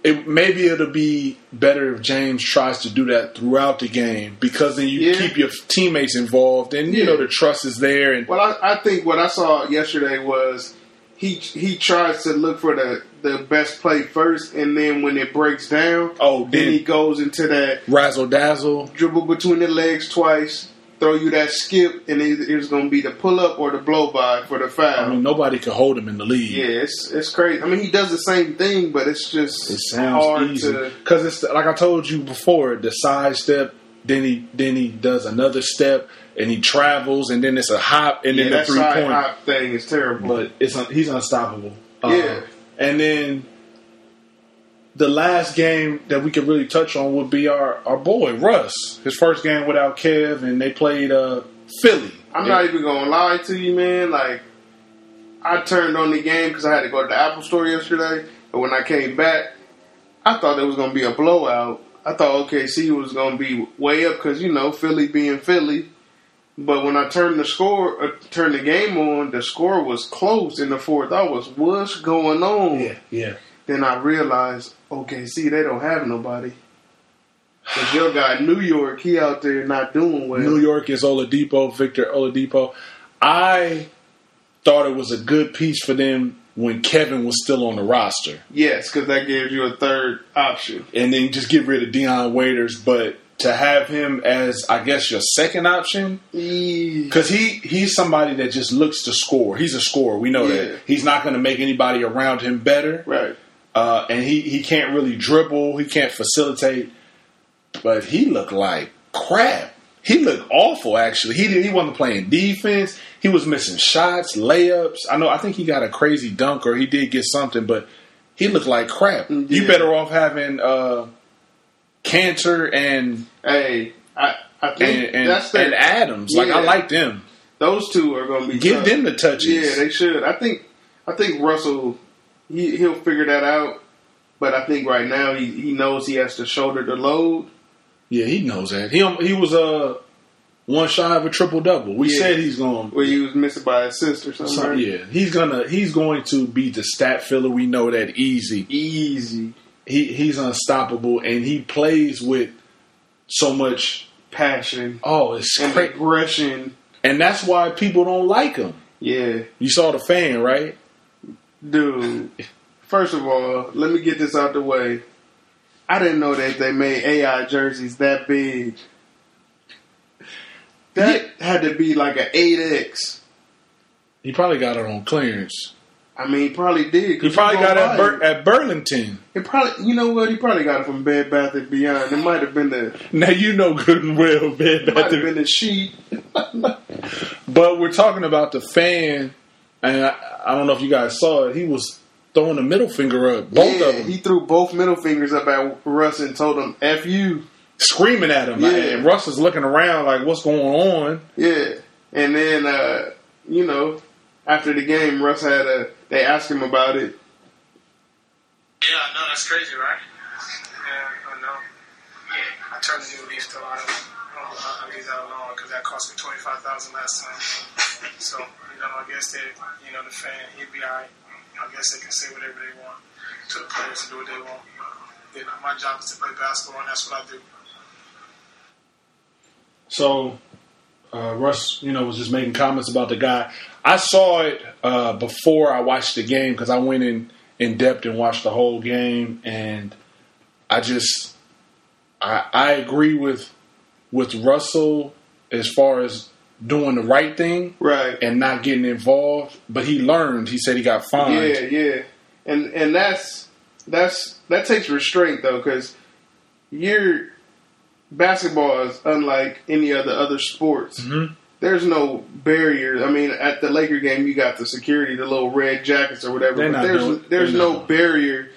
Speaker 2: it, maybe it'll be better if James tries to do that throughout the game because then you
Speaker 3: Yeah.
Speaker 2: keep your teammates involved and, you
Speaker 3: Yeah.
Speaker 2: know, the trust is there. And
Speaker 3: Well, I, I think what I saw yesterday was he he tries to look for the the best play first, and then when it breaks down,
Speaker 2: Oh,
Speaker 3: then
Speaker 2: then-
Speaker 3: he goes into that
Speaker 2: razzle dazzle.
Speaker 3: dribble between the legs twice, throw you that skip, and it- it's going to be the pull up or the blow by for the foul.
Speaker 2: I mean, nobody could hold him in the league.
Speaker 3: yeah, it's it's crazy. I mean, he does the same thing, but it's just
Speaker 2: It sounds
Speaker 3: hard
Speaker 2: easy
Speaker 3: to.
Speaker 2: because it's like I told you before. The side step, then he then he does another step, and he travels, and then it's a hop, and
Speaker 3: Yeah,
Speaker 2: then the
Speaker 3: that
Speaker 2: three
Speaker 3: side
Speaker 2: point.
Speaker 3: hop thing is terrible.
Speaker 2: But it's un- he's unstoppable. Um,
Speaker 3: Yeah.
Speaker 2: and then the last game that we could really touch on would be our our boy Russ. His first game without Kev, and they played uh, Philly.
Speaker 3: I'm
Speaker 2: And-
Speaker 3: not even gonna lie to you, man. Like, I turned on the game because I had to go to the Apple Store yesterday, but when I came back, I thought it was gonna be a blowout. I thought OKC was gonna be way up because you know Philly being Philly. But when I turned the score, uh, turned the game on, the score was close in the fourth. I was, what's going on?
Speaker 2: Yeah, yeah.
Speaker 3: Then I realized, OKC, they don't have nobody. Cause your guy New York, he out there not doing well.
Speaker 2: New York is Oladipo, Victor Oladipo. I thought it was a good piece for them when Kevin was still on the roster,
Speaker 3: Yes, because that gives you a third option.
Speaker 2: and then just get rid of Deion Waiters, but to have him as I guess your second option because he he's somebody that just looks to score. He's a scorer. We know
Speaker 3: Yeah.
Speaker 2: that he's not going to make anybody around him better,
Speaker 3: Right.
Speaker 2: uh, and he he can't really dribble. He can't facilitate. But he looked like crap. He looked awful. Actually, he did, he wasn't playing defense. He was missing shots, layups. I know. I think he got a crazy dunk, or he did get something, but he looked like crap.
Speaker 3: Mm, Yeah.
Speaker 2: You better off having uh, Cantor and
Speaker 3: Hey, I I think
Speaker 2: and, and,
Speaker 3: that's their,
Speaker 2: and Adams. Like I
Speaker 3: Yeah.
Speaker 2: like them.
Speaker 3: those two are going to be
Speaker 2: Give
Speaker 3: tough.
Speaker 2: them the touches.
Speaker 3: Yeah, they should. I think I think Russell he he'll figure that out. But I think right now he, he knows he has to shoulder the load.
Speaker 2: Yeah, he knows that. He he was uh, one shy of a triple double. We
Speaker 3: Yeah.
Speaker 2: said he's going.
Speaker 3: Where he was missing by assist or something.
Speaker 2: to
Speaker 3: right?
Speaker 2: yeah, he's gonna he's going to be the stat filler. We know that easy.
Speaker 3: Easy
Speaker 2: He he's unstoppable, and he plays with so much.
Speaker 3: passion
Speaker 2: Oh, it's
Speaker 3: and
Speaker 2: great,
Speaker 3: aggression.
Speaker 2: and that's why people don't like him.
Speaker 3: Yeah,
Speaker 2: You saw the fan, right?
Speaker 3: dude. First of all, let me get this out the way. I didn't know that they made AI jerseys that big. That had to be like an eight X.
Speaker 2: He probably got it on clearance.
Speaker 3: I mean, he probably did. 'cause
Speaker 2: He probably
Speaker 3: gonna
Speaker 2: got it at,
Speaker 3: buy
Speaker 2: Bur- at Burlington.
Speaker 3: it. It probably, you know what? He probably got it from Bed Bath and Beyond. It might have been the
Speaker 2: Now you know good and well, Bed
Speaker 3: might have
Speaker 2: Bath and
Speaker 3: been the sheet.
Speaker 2: But we're talking about the fan, and I, I don't know if you guys saw it. He was throwing the middle finger up, both
Speaker 3: yeah,
Speaker 2: of them,
Speaker 3: he threw both middle fingers up at Russ and told him "f you."
Speaker 2: screaming at him.
Speaker 3: Yeah.
Speaker 2: And Russ is looking around like, "What's going on?"
Speaker 3: Yeah, and then uh, you know, after the game, Russ had a. They asked him about it.
Speaker 4: Yeah, I know that's crazy, right? Yeah, I know. Yeah. I turned a new leaf though. I don't, I don't, I leave that alone because that cost me twenty five thousand last time. So you know, I guess that you know the fan, he'd be alright. I guess they can say whatever they want to the players to do what they want. You know, my job is to play basketball, and that's what I do.
Speaker 2: So uh, Russ, you know, was just making comments about the guy. I saw it uh, before I watched the game because I went in in depth and watched the whole game, and I just I, I agree with with Russell as far as doing the right thing
Speaker 3: Right.
Speaker 2: and not getting involved. But he learned. He said he got fined.
Speaker 3: Yeah, yeah, and and that's that's that takes restraint though, because your basketball is unlike any other other sports.
Speaker 2: Mm-hmm.
Speaker 3: There's no barriers. I mean, at the Laker game, you got the security, the little red jackets or whatever.
Speaker 2: They're
Speaker 3: but
Speaker 2: not
Speaker 3: there's
Speaker 2: doing-
Speaker 3: there's
Speaker 2: they're not doing-
Speaker 3: no barrier.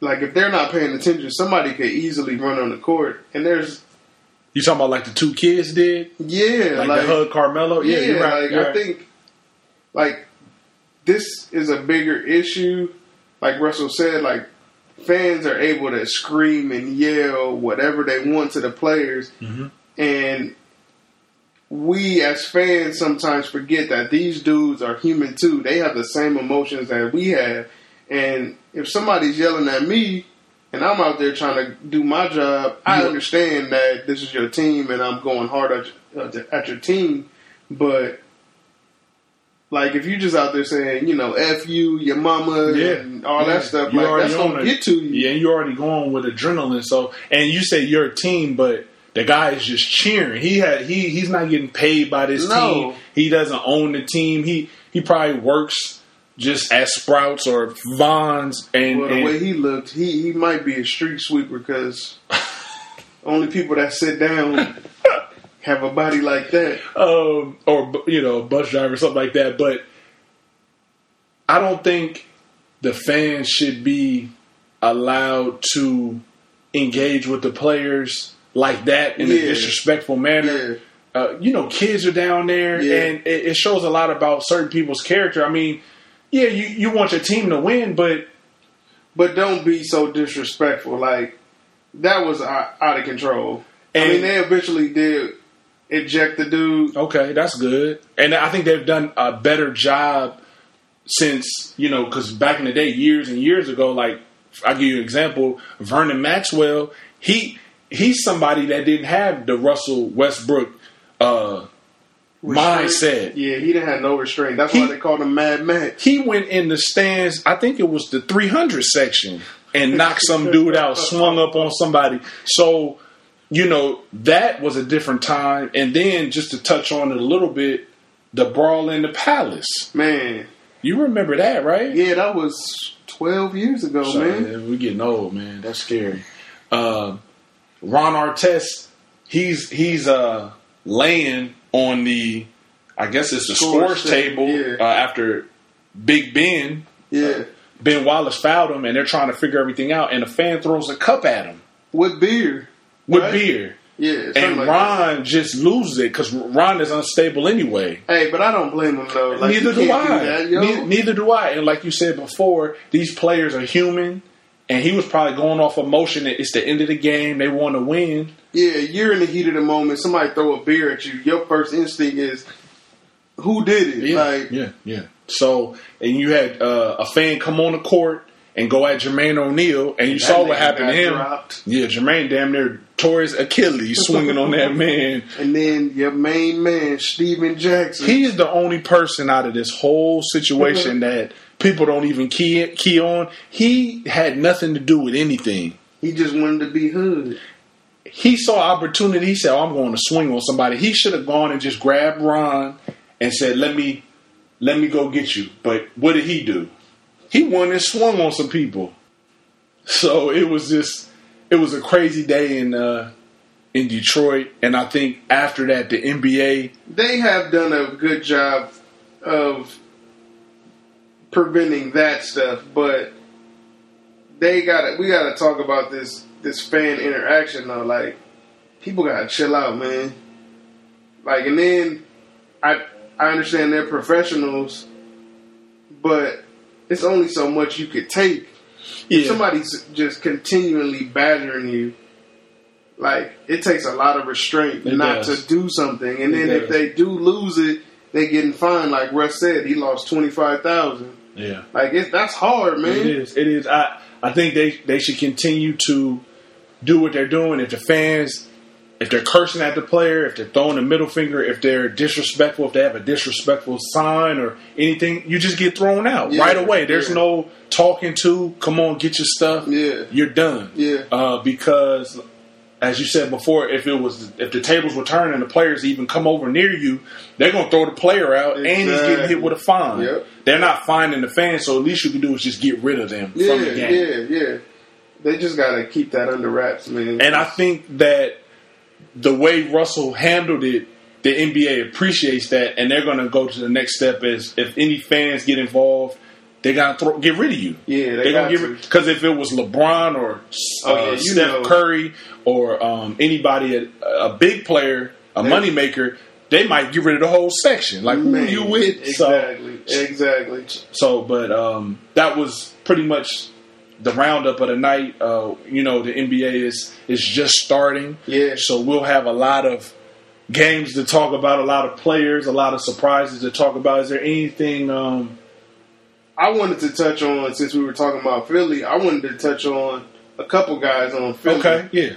Speaker 3: Like if they're not paying attention, somebody could easily run on the court. And there's
Speaker 2: You talking about like the two kids did,
Speaker 3: yeah,
Speaker 2: like, the hug Carmelo?
Speaker 3: yeah,
Speaker 2: Yeah, you're right.
Speaker 3: like,
Speaker 2: you're
Speaker 3: I
Speaker 2: right.
Speaker 3: think like this is a bigger issue. Like Russell said, like fans are able to scream and yell whatever they want to the players,
Speaker 2: Mm-hmm.
Speaker 3: and we as fans sometimes forget that these dudes are human too. They have the same emotions that we have, and if somebody's yelling at me. And I'm out there trying to do my job. I
Speaker 2: Yeah.
Speaker 3: understand that this is your team, and I'm going hard at your, at your team. But like if you just out there saying, you know, F you, your mama
Speaker 2: Yeah.
Speaker 3: and all
Speaker 2: Yeah.
Speaker 3: that stuff,
Speaker 2: You
Speaker 3: like
Speaker 2: already
Speaker 3: that's
Speaker 2: on
Speaker 3: gonna
Speaker 2: it.
Speaker 3: get to you.
Speaker 2: Yeah, and you're already going with adrenaline. So, and you say you're a team, but the guy is just cheering. He had he he's not getting paid by this
Speaker 3: No.
Speaker 2: team. He doesn't own the team. He he probably works just as Sprouts or Vons, and,
Speaker 3: Well, the
Speaker 2: and-
Speaker 3: way he looked, he he might be a street sweeper because only people that sit down have a body like that.
Speaker 2: um, or you know, a bus driver, something like that. But I don't think the fans should be allowed to engage with the players like that in a
Speaker 3: Yeah.
Speaker 2: disrespectful manner. Uh, you know, kids are down there,
Speaker 3: Yeah.
Speaker 2: and it, it shows a lot about certain people's character. I mean, yeah, you, you want your team to win, but
Speaker 3: But don't be so disrespectful. Like that was out, out of control.
Speaker 2: And-
Speaker 3: I mean, they eventually did eject the dude.
Speaker 2: Okay, that's good. And I think they've done a better job since, you know, because back in the day, years and years ago, like, I'll give you an example Vernon Maxwell, he he's somebody that didn't have the Russell Westbrook uh, mindset.
Speaker 3: Yeah, he didn't have no restraint. That's
Speaker 2: He-
Speaker 3: why they called him Mad Max.
Speaker 2: He went in the stands, I think it was the 300 section, and knocked some dude out, swung up on somebody. So, you know, that was a different time. And then just to touch on it a little bit, the brawl in the palace.
Speaker 3: Man,
Speaker 2: You remember that, right?
Speaker 3: yeah, that was twelve years ago,
Speaker 2: So,
Speaker 3: man.
Speaker 2: man, we getting old, man. That's scary. Uh, Ron Artest, he's he's uh, laying on the, I guess it's the
Speaker 3: Scores
Speaker 2: scores table
Speaker 3: table, yeah.
Speaker 2: uh, after Big Ben.
Speaker 3: Yeah,
Speaker 2: Ben Wallace fouled him, and they're trying to figure everything out. And a fan throws a cup at him
Speaker 3: with beer.
Speaker 2: with
Speaker 3: Right.
Speaker 2: beer,
Speaker 3: Yeah, something
Speaker 2: and
Speaker 3: like that.
Speaker 2: Ron just loses it because Ron is unstable anyway.
Speaker 3: Hey, but I don't blame him though. Like,
Speaker 2: neither
Speaker 3: you
Speaker 2: do
Speaker 3: can't
Speaker 2: I.
Speaker 3: that, yo.
Speaker 2: Ne- neither do I. And like you said before, these players are human, and he was probably going off emotion. that It's the end of the game. They want to win.
Speaker 3: Yeah, you're in the heat of the moment. Somebody throw a beer at you. Your first instinct is, "Who did it?" like,
Speaker 2: yeah, yeah. So, and you had uh, a fan come on the court and go at Jermaine O'Neal, and you
Speaker 3: That
Speaker 2: saw
Speaker 3: nigga
Speaker 2: what happened to
Speaker 3: got
Speaker 2: him.
Speaker 3: dropped.
Speaker 2: Yeah, Jermaine damn near tore his Achilles swinging on that man.
Speaker 3: and then your main man, Steven Jackson.
Speaker 2: He's the only person out of this whole situation that people don't even key key on. He had nothing to do with anything.
Speaker 3: He just wanted to be hood.
Speaker 2: he saw opportunity. He said, oh, "I'm going to swing on somebody." He should have gone and just grabbed Ron and said, "Let me, let me go get you." But what did he do? He went and swung on some people. So it was just, it was a crazy day in uh, in Detroit, and I think after that, the NBA.
Speaker 3: They have done a good job of preventing that stuff, but they got to We got to talk about this this fan interaction though. Like, people got to chill out, man. Like, and then I I understand they're professionals, but it's only so much you could take. If somebody's just continually badgering you, like it takes a lot of restraint
Speaker 2: It
Speaker 3: not
Speaker 2: does.
Speaker 3: to do something. And
Speaker 2: It
Speaker 3: then if
Speaker 2: does.
Speaker 3: they do lose it, they getting fined. Like Russ said, he lost twenty five thousand.
Speaker 2: yeah.
Speaker 3: Like it, that's hard,
Speaker 2: It
Speaker 3: man.
Speaker 2: is. It is. I I think they they should continue to do what they're doing. If the fans, if they're cursing at the player, if they're throwing the middle finger, if they're disrespectful, if they have a disrespectful sign or anything, you just get thrown out
Speaker 3: Yeah,
Speaker 2: right away. There's
Speaker 3: yeah.
Speaker 2: no talking to. Come on, get your stuff.
Speaker 3: Yeah.
Speaker 2: you're done.
Speaker 3: Yeah.
Speaker 2: uh, because. As you said before, if it was if the tables were turned and the players even come over near you, they're gonna throw the player out, and he's getting
Speaker 3: Exactly.
Speaker 2: hit with a fine.
Speaker 3: Yep.
Speaker 2: They're not finding the fans, so at least you can do is just get rid of them
Speaker 3: Yeah,
Speaker 2: from the game.
Speaker 3: yeah, yeah. They just gotta keep that under wraps, man.
Speaker 2: And I think that the way Russell handled it, the NBA appreciates that, and they're going to go to the next step. Is if any fans get involved, they got to throw, get rid of you.
Speaker 3: Yeah, they
Speaker 2: are
Speaker 3: got
Speaker 2: gonna get
Speaker 3: to.
Speaker 2: rid because if it was LeBron or
Speaker 3: Oh,
Speaker 2: uh,
Speaker 3: yeah, you
Speaker 2: Steph
Speaker 3: know.
Speaker 2: Curry or um, anybody a, a big player, a moneymaker, they might get rid of the whole section. Like who
Speaker 3: Man,
Speaker 2: you with? So,
Speaker 3: Exactly, exactly.
Speaker 2: so, but um, that was pretty much the roundup of the night. Uh, you know, the NBA is is just starting.
Speaker 3: Yeah.
Speaker 2: So we'll have a lot of games to talk about, a lot of players, a lot of surprises to talk about. Is there anything? Um,
Speaker 3: I wanted to touch on since we were talking about Philly. I wanted to touch on a couple guys on Philly.
Speaker 2: okay. Yeah.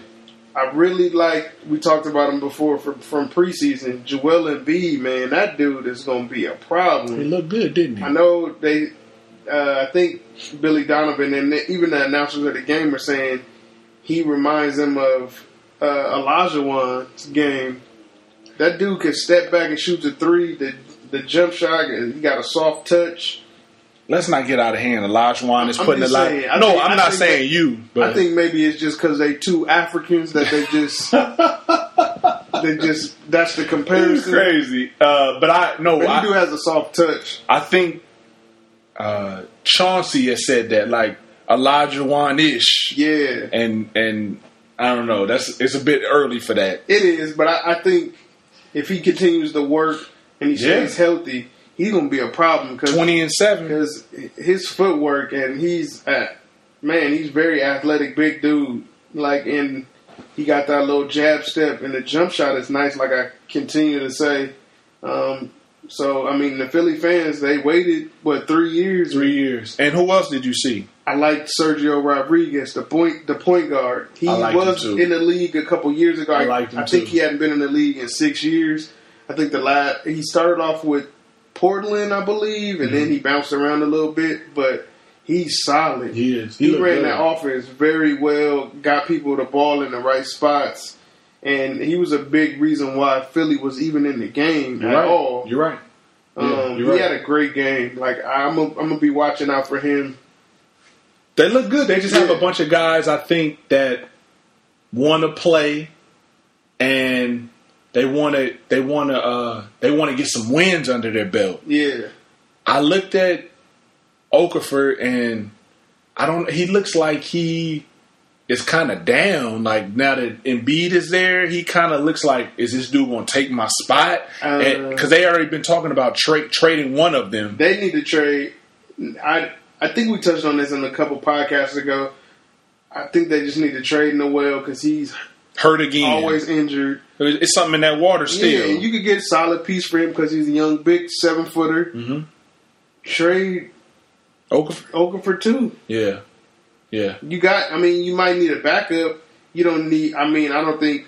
Speaker 3: I really like. We talked about him before from, from preseason. Joel Embiid, man, that dude is going to be a
Speaker 2: He
Speaker 3: problem.
Speaker 2: looked good, didn't he?
Speaker 3: I know they. Uh, I think Billy Donovan and even the announcers of the game are saying he reminds them of uh, Olajuwon's game. That dude can step back and shoot the three. The the jump shot. He got a soft touch.
Speaker 2: Let's not get out of hand. Olajuwon is
Speaker 3: I'm
Speaker 2: putting a
Speaker 3: just
Speaker 2: lot.
Speaker 3: saying, I
Speaker 2: no,
Speaker 3: think-
Speaker 2: I'm
Speaker 3: I
Speaker 2: not
Speaker 3: think
Speaker 2: saying
Speaker 3: that-
Speaker 2: you, but
Speaker 3: I think maybe it's just because they two Africans that they just that just that's the
Speaker 2: It's
Speaker 3: comparison.
Speaker 2: crazy. Uh, but I no,
Speaker 3: But
Speaker 2: I,
Speaker 3: he do has a soft touch.
Speaker 2: I think uh, Chauncey has said that like Elijah Wan ish,
Speaker 3: Yeah,
Speaker 2: and and I don't know. That's it's a bit early for that.
Speaker 3: it is. But I, I think if he continues to work and he
Speaker 2: Yeah.
Speaker 3: stays healthy, he's gonna be a problem because
Speaker 2: Twenty and seven.
Speaker 3: because his footwork and he's uh, man, he's very athletic, big dude. Like and he got that little jab step and the jump shot is nice. Like I continue to say, um, so I mean the Philly fans they waited what three years?
Speaker 2: Three years. And who else did you see?
Speaker 3: I liked Sergio Rodriguez, the point the point guard. He
Speaker 2: I liked him
Speaker 3: was
Speaker 2: too.
Speaker 3: in the league a couple years ago.
Speaker 2: I liked him
Speaker 3: think
Speaker 2: too.
Speaker 3: he hadn't been in the league in six years. I think the last he started off with Portland, I believe, and
Speaker 2: Mm-hmm.
Speaker 3: then he bounced around a little bit, but he's solid.
Speaker 2: He is.
Speaker 3: He,
Speaker 2: looked
Speaker 3: ran
Speaker 2: good.
Speaker 3: that offense very well, got people the ball in the right spots, and he was a big reason why Philly was even in the game
Speaker 2: You're
Speaker 3: at
Speaker 2: right.
Speaker 3: all.
Speaker 2: You're right. Yeah,
Speaker 3: um,
Speaker 2: you're right.
Speaker 3: he had a great game. Like I'm, a, I'm gonna be watching out for him.
Speaker 2: They look good. They just have
Speaker 3: Yeah.
Speaker 2: a bunch of guys I think that want to play and they want to they want to uh they want to get some wins under their belt.
Speaker 3: Yeah.
Speaker 2: I looked at Okafor and I don't. He looks like he is kind of down. Like now that Embiid is there, he kind of looks like is this dude gonna take my spot?
Speaker 3: Uh.
Speaker 2: Because they already been talking about tra- trading one of them.
Speaker 3: they need to trade. I I think we touched on this in a couple podcasts ago. I think they just need to trade Noel because he's
Speaker 2: Hurt again.
Speaker 3: always injured.
Speaker 2: it's something in that water still.
Speaker 3: Yeah, and you could get solid piece for him because he's a young, big seven footer.
Speaker 2: Mhm.
Speaker 3: Trade
Speaker 2: Okafor.
Speaker 3: Okafor too.
Speaker 2: Yeah, yeah.
Speaker 3: You got. I mean, you might need a backup. You don't need. I mean, I don't think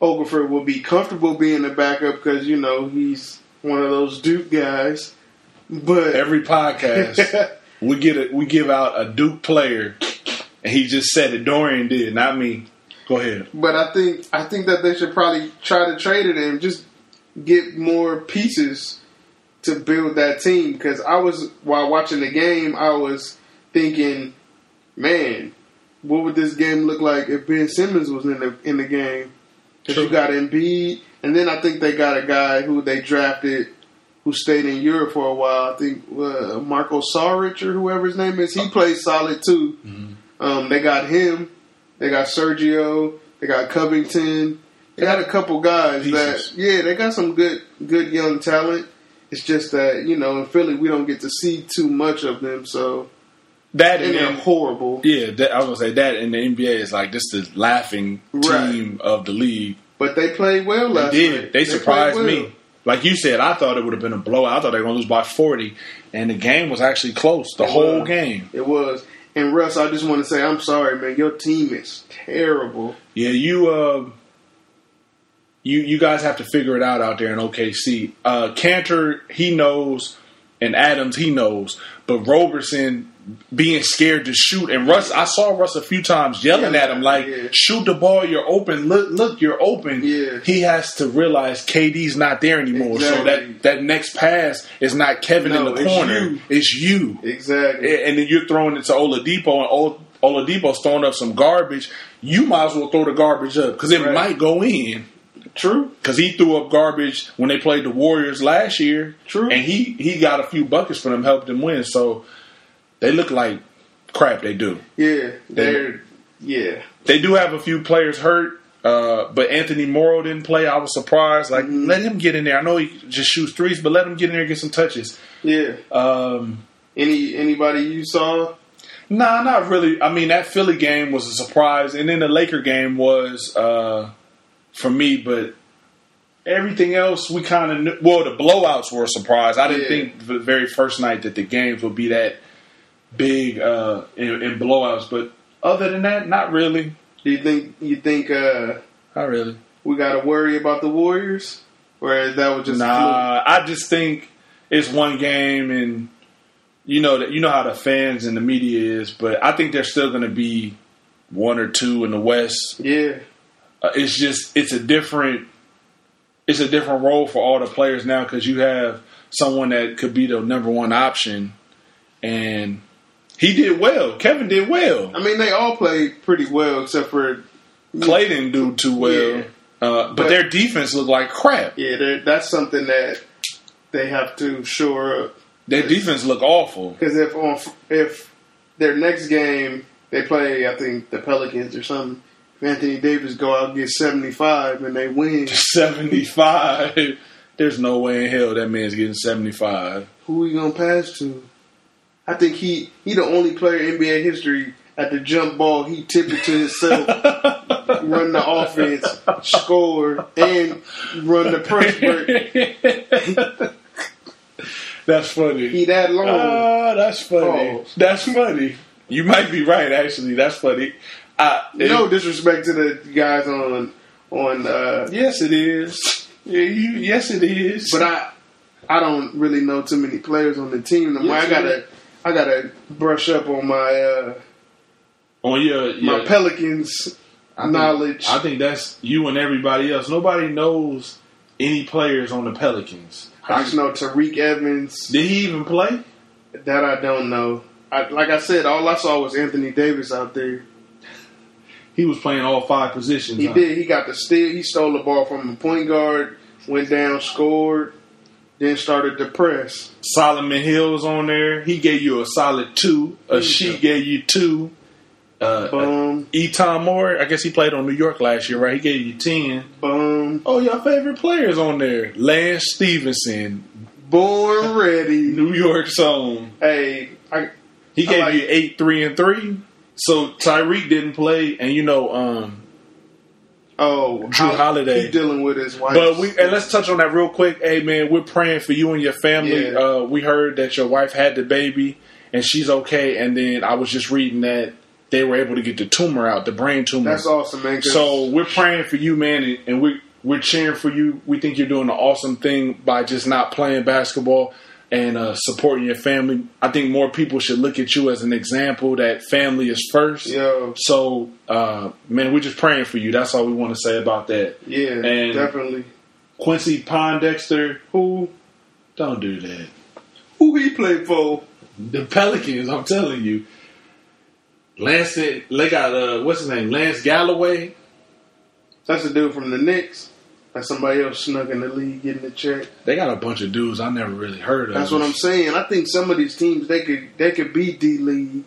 Speaker 3: Okafor will be comfortable being a backup because you know he's one of those Duke guys. But
Speaker 2: Every podcast we get a, we give out a Duke player, and he just said it. Dorian did, not me. Go ahead.
Speaker 3: But I think I think that they should probably try to trade it and just get more pieces to build that team. Because I was while watching the game, I was thinking, man, what would this game look like if Ben Simmons was in the in the game? Because you
Speaker 2: True.
Speaker 3: got Embiid, and then I think they got a guy who they drafted. Who stayed in Europe for a while? I think uh, Marco Saric or whoever his name is. He plays solid too. Um, they got him. They got Sergio. They got Covington. They got a couple guys
Speaker 2: Pieces.
Speaker 3: that yeah, they got some good good young talent. It's just that you know in Philly we don't get to see too much of them, so
Speaker 2: That
Speaker 3: and
Speaker 2: and
Speaker 3: they're horrible.
Speaker 2: Yeah, that, I was gonna say that in the NBA is like just the laughing
Speaker 3: Right.
Speaker 2: team of the league.
Speaker 3: But they played well
Speaker 2: They
Speaker 3: last
Speaker 2: did.
Speaker 3: night.
Speaker 2: They surprised
Speaker 3: played well.
Speaker 2: me. Like you said, I thought it would have been a blowout. I thought they were gonna lose by forty, and the game was actually close the
Speaker 3: It
Speaker 2: whole
Speaker 3: was.
Speaker 2: game.
Speaker 3: It was. And Russ, I just want to say I'm sorry, man. Your team is terrible.
Speaker 2: Yeah, you, uh, you, you guys have to figure it out out there in OKC. Uh, Cantor, he knows, and Adams, he knows, but Roberson being scared to shoot, and Russ, I saw Russ a few times yelling
Speaker 3: Yeah,
Speaker 2: at him like,
Speaker 3: yeah.
Speaker 2: "Shoot the ball, you're open. Look, look, you're open."
Speaker 3: Yeah.
Speaker 2: He has to realize KD's not there anymore, so
Speaker 3: Exactly.
Speaker 2: that that next pass is not Kevin
Speaker 3: No,
Speaker 2: in the
Speaker 3: it's
Speaker 2: corner.
Speaker 3: you.
Speaker 2: It's you.
Speaker 3: Exactly.
Speaker 2: Yeah, and then you're throwing it to Oladipo, and Ol- Oladipo's throwing up some garbage. You might as well throw the garbage up because it
Speaker 3: Right.
Speaker 2: might go in.
Speaker 3: True.
Speaker 2: Because he threw up garbage when they played the Warriors last year.
Speaker 3: True.
Speaker 2: and he he got a few buckets for them, helped them win. So they look like crap. They do.
Speaker 3: Yeah. They're yeah.
Speaker 2: They do have a few players hurt. Uh, but Anthony Morrow didn't play. I was surprised. Like,
Speaker 3: Mm-hmm.
Speaker 2: let him get in there. I know he just shoots threes, but let him get in there and get some touches.
Speaker 3: Yeah.
Speaker 2: Um,
Speaker 3: Any anybody you saw?
Speaker 2: Nah, not really. I mean, that Philly game was a surprise, and then the Laker game was uh, for me. But everything else, we kind of knew. Well, the blowouts were a surprise. I didn't
Speaker 3: Yeah.
Speaker 2: think the very first night that the games would be that big uh, in, in blowouts. But other than that, not really.
Speaker 3: Do you think you think uh
Speaker 2: Not really.
Speaker 3: we got to worry about the Warriors, or is that was just a
Speaker 2: Nah, I just think it's one game, and you know that you know how the fans and the media is. But I think they're still going to be one or two in the West.
Speaker 3: fluke? Yeah,
Speaker 2: uh, it's just it's a different it's a different role for all the players now because you have someone that could be the number one option, and he did well. Kevin did well.
Speaker 3: I mean they all played pretty well except for
Speaker 2: Clay didn't do too well.
Speaker 3: Yeah.
Speaker 2: Uh, but,
Speaker 3: But-
Speaker 2: their defense looked like crap.
Speaker 3: Yeah, they're- that's something that they have to shore up.
Speaker 2: Their defense looked awful.
Speaker 3: Because if on if their next game they play, I think the Pelicans or something. If Anthony Davis go out and get seventy five and they win,
Speaker 2: Seventy five. There's no way in hell that man's getting seventy five.
Speaker 3: who he gonna pass to? I think he he the only player in NBA history at the jump ball he tipped it to himself, run the offense, score, and run the press break.
Speaker 2: That's funny.
Speaker 3: He that long.
Speaker 2: Ah, that's funny.
Speaker 3: Oh.
Speaker 2: That's funny. You might be right, actually. That's funny. I,
Speaker 3: no disrespect to the guys on on uh,
Speaker 2: Yes, it is. Yeah, you, yes, it is.
Speaker 3: But I, I don't really know too many players on the team. No more.
Speaker 2: Yes,
Speaker 3: I gotta,
Speaker 2: you
Speaker 3: I gotta brush up on my uh,
Speaker 2: on your,
Speaker 3: my
Speaker 2: your
Speaker 3: Pelicans knowledge.
Speaker 2: I think that's you and everybody else. Nobody knows any players on the Pelicans.
Speaker 3: I just know Tariq Evans.
Speaker 2: Did he even play?
Speaker 3: That I don't know. I, like I said, all I saw was Anthony Davis out there.
Speaker 2: He was playing all five positions.
Speaker 3: He
Speaker 2: huh?
Speaker 3: did. He got the steal. He stole the ball from the point guard. Went down, scored, then started to press.
Speaker 2: Solomon Hill was on there. He gave you a solid two. A she gave you two. Uh, uh,
Speaker 3: Bum,
Speaker 2: E. Tom Moore, I guess he played on New York last year, right? He gave you ten.
Speaker 3: bum,
Speaker 2: Oh, your favorite players on there: Lance Stevenson,
Speaker 3: born ready.
Speaker 2: New York's own.
Speaker 3: hey, I,
Speaker 2: He
Speaker 3: I
Speaker 2: gave
Speaker 3: like-
Speaker 2: you eight, three, and three. So Tyreek didn't play, and you know, um,
Speaker 3: oh,
Speaker 2: Drew
Speaker 3: I-
Speaker 2: Holiday.
Speaker 3: He dealing with his wife.
Speaker 2: But we and let's touch on that real quick. Hey man, we're praying for you and your family.
Speaker 3: Yeah.
Speaker 2: Uh, we heard that your wife had the baby and she's okay. And then I was just reading that they were able to get the tumor out, the brain tumor.
Speaker 3: That's awesome, man. 'cause-
Speaker 2: So we're praying for you, man, and, and we we're cheering for you. We think you're doing an awesome thing by just not playing basketball and uh, supporting your family. I think more people should look at you as an example that family is first.
Speaker 3: Yo.
Speaker 2: So, uh, man, we're just praying for you. That's all we want to say about that.
Speaker 3: yeah,
Speaker 2: and-
Speaker 3: definitely.
Speaker 2: Quincy Pondexter,
Speaker 3: Who
Speaker 2: don't do that.
Speaker 3: who he played for?
Speaker 2: The Pelicans, I'm telling you. Lance, they got uh, what's his name, Lance Galloway.
Speaker 3: That's the dude from the Knicks. That's somebody else snuck in the league getting the check.
Speaker 2: They got a bunch of dudes I never really heard of.
Speaker 3: That's what I'm saying. I think some of these teams they could they could be D league,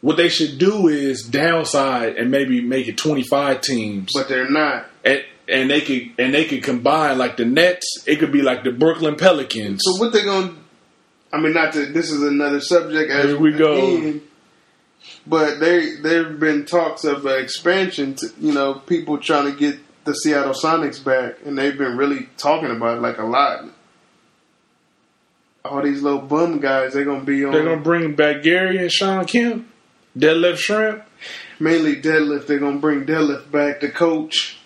Speaker 2: What they should do is downside and maybe make it 25 teams,
Speaker 3: but they're not.
Speaker 2: and, and they could and they could combine like the Nets. It could be like the Brooklyn Pelicans.
Speaker 3: So what they gonna? I mean, not to. This is another subject. As
Speaker 2: Here we go.
Speaker 3: but they there have been talks of uh, expansion. To, you know, people trying to get the Seattle Sonics back, and they've been really talking about it like a lot. All these little bum guys, they're gonna be on
Speaker 2: They're gonna bring back Gary and Sean Kemp, Deadlift Shrimp,
Speaker 3: mainly deadlift. They're gonna bring deadlift back. The coach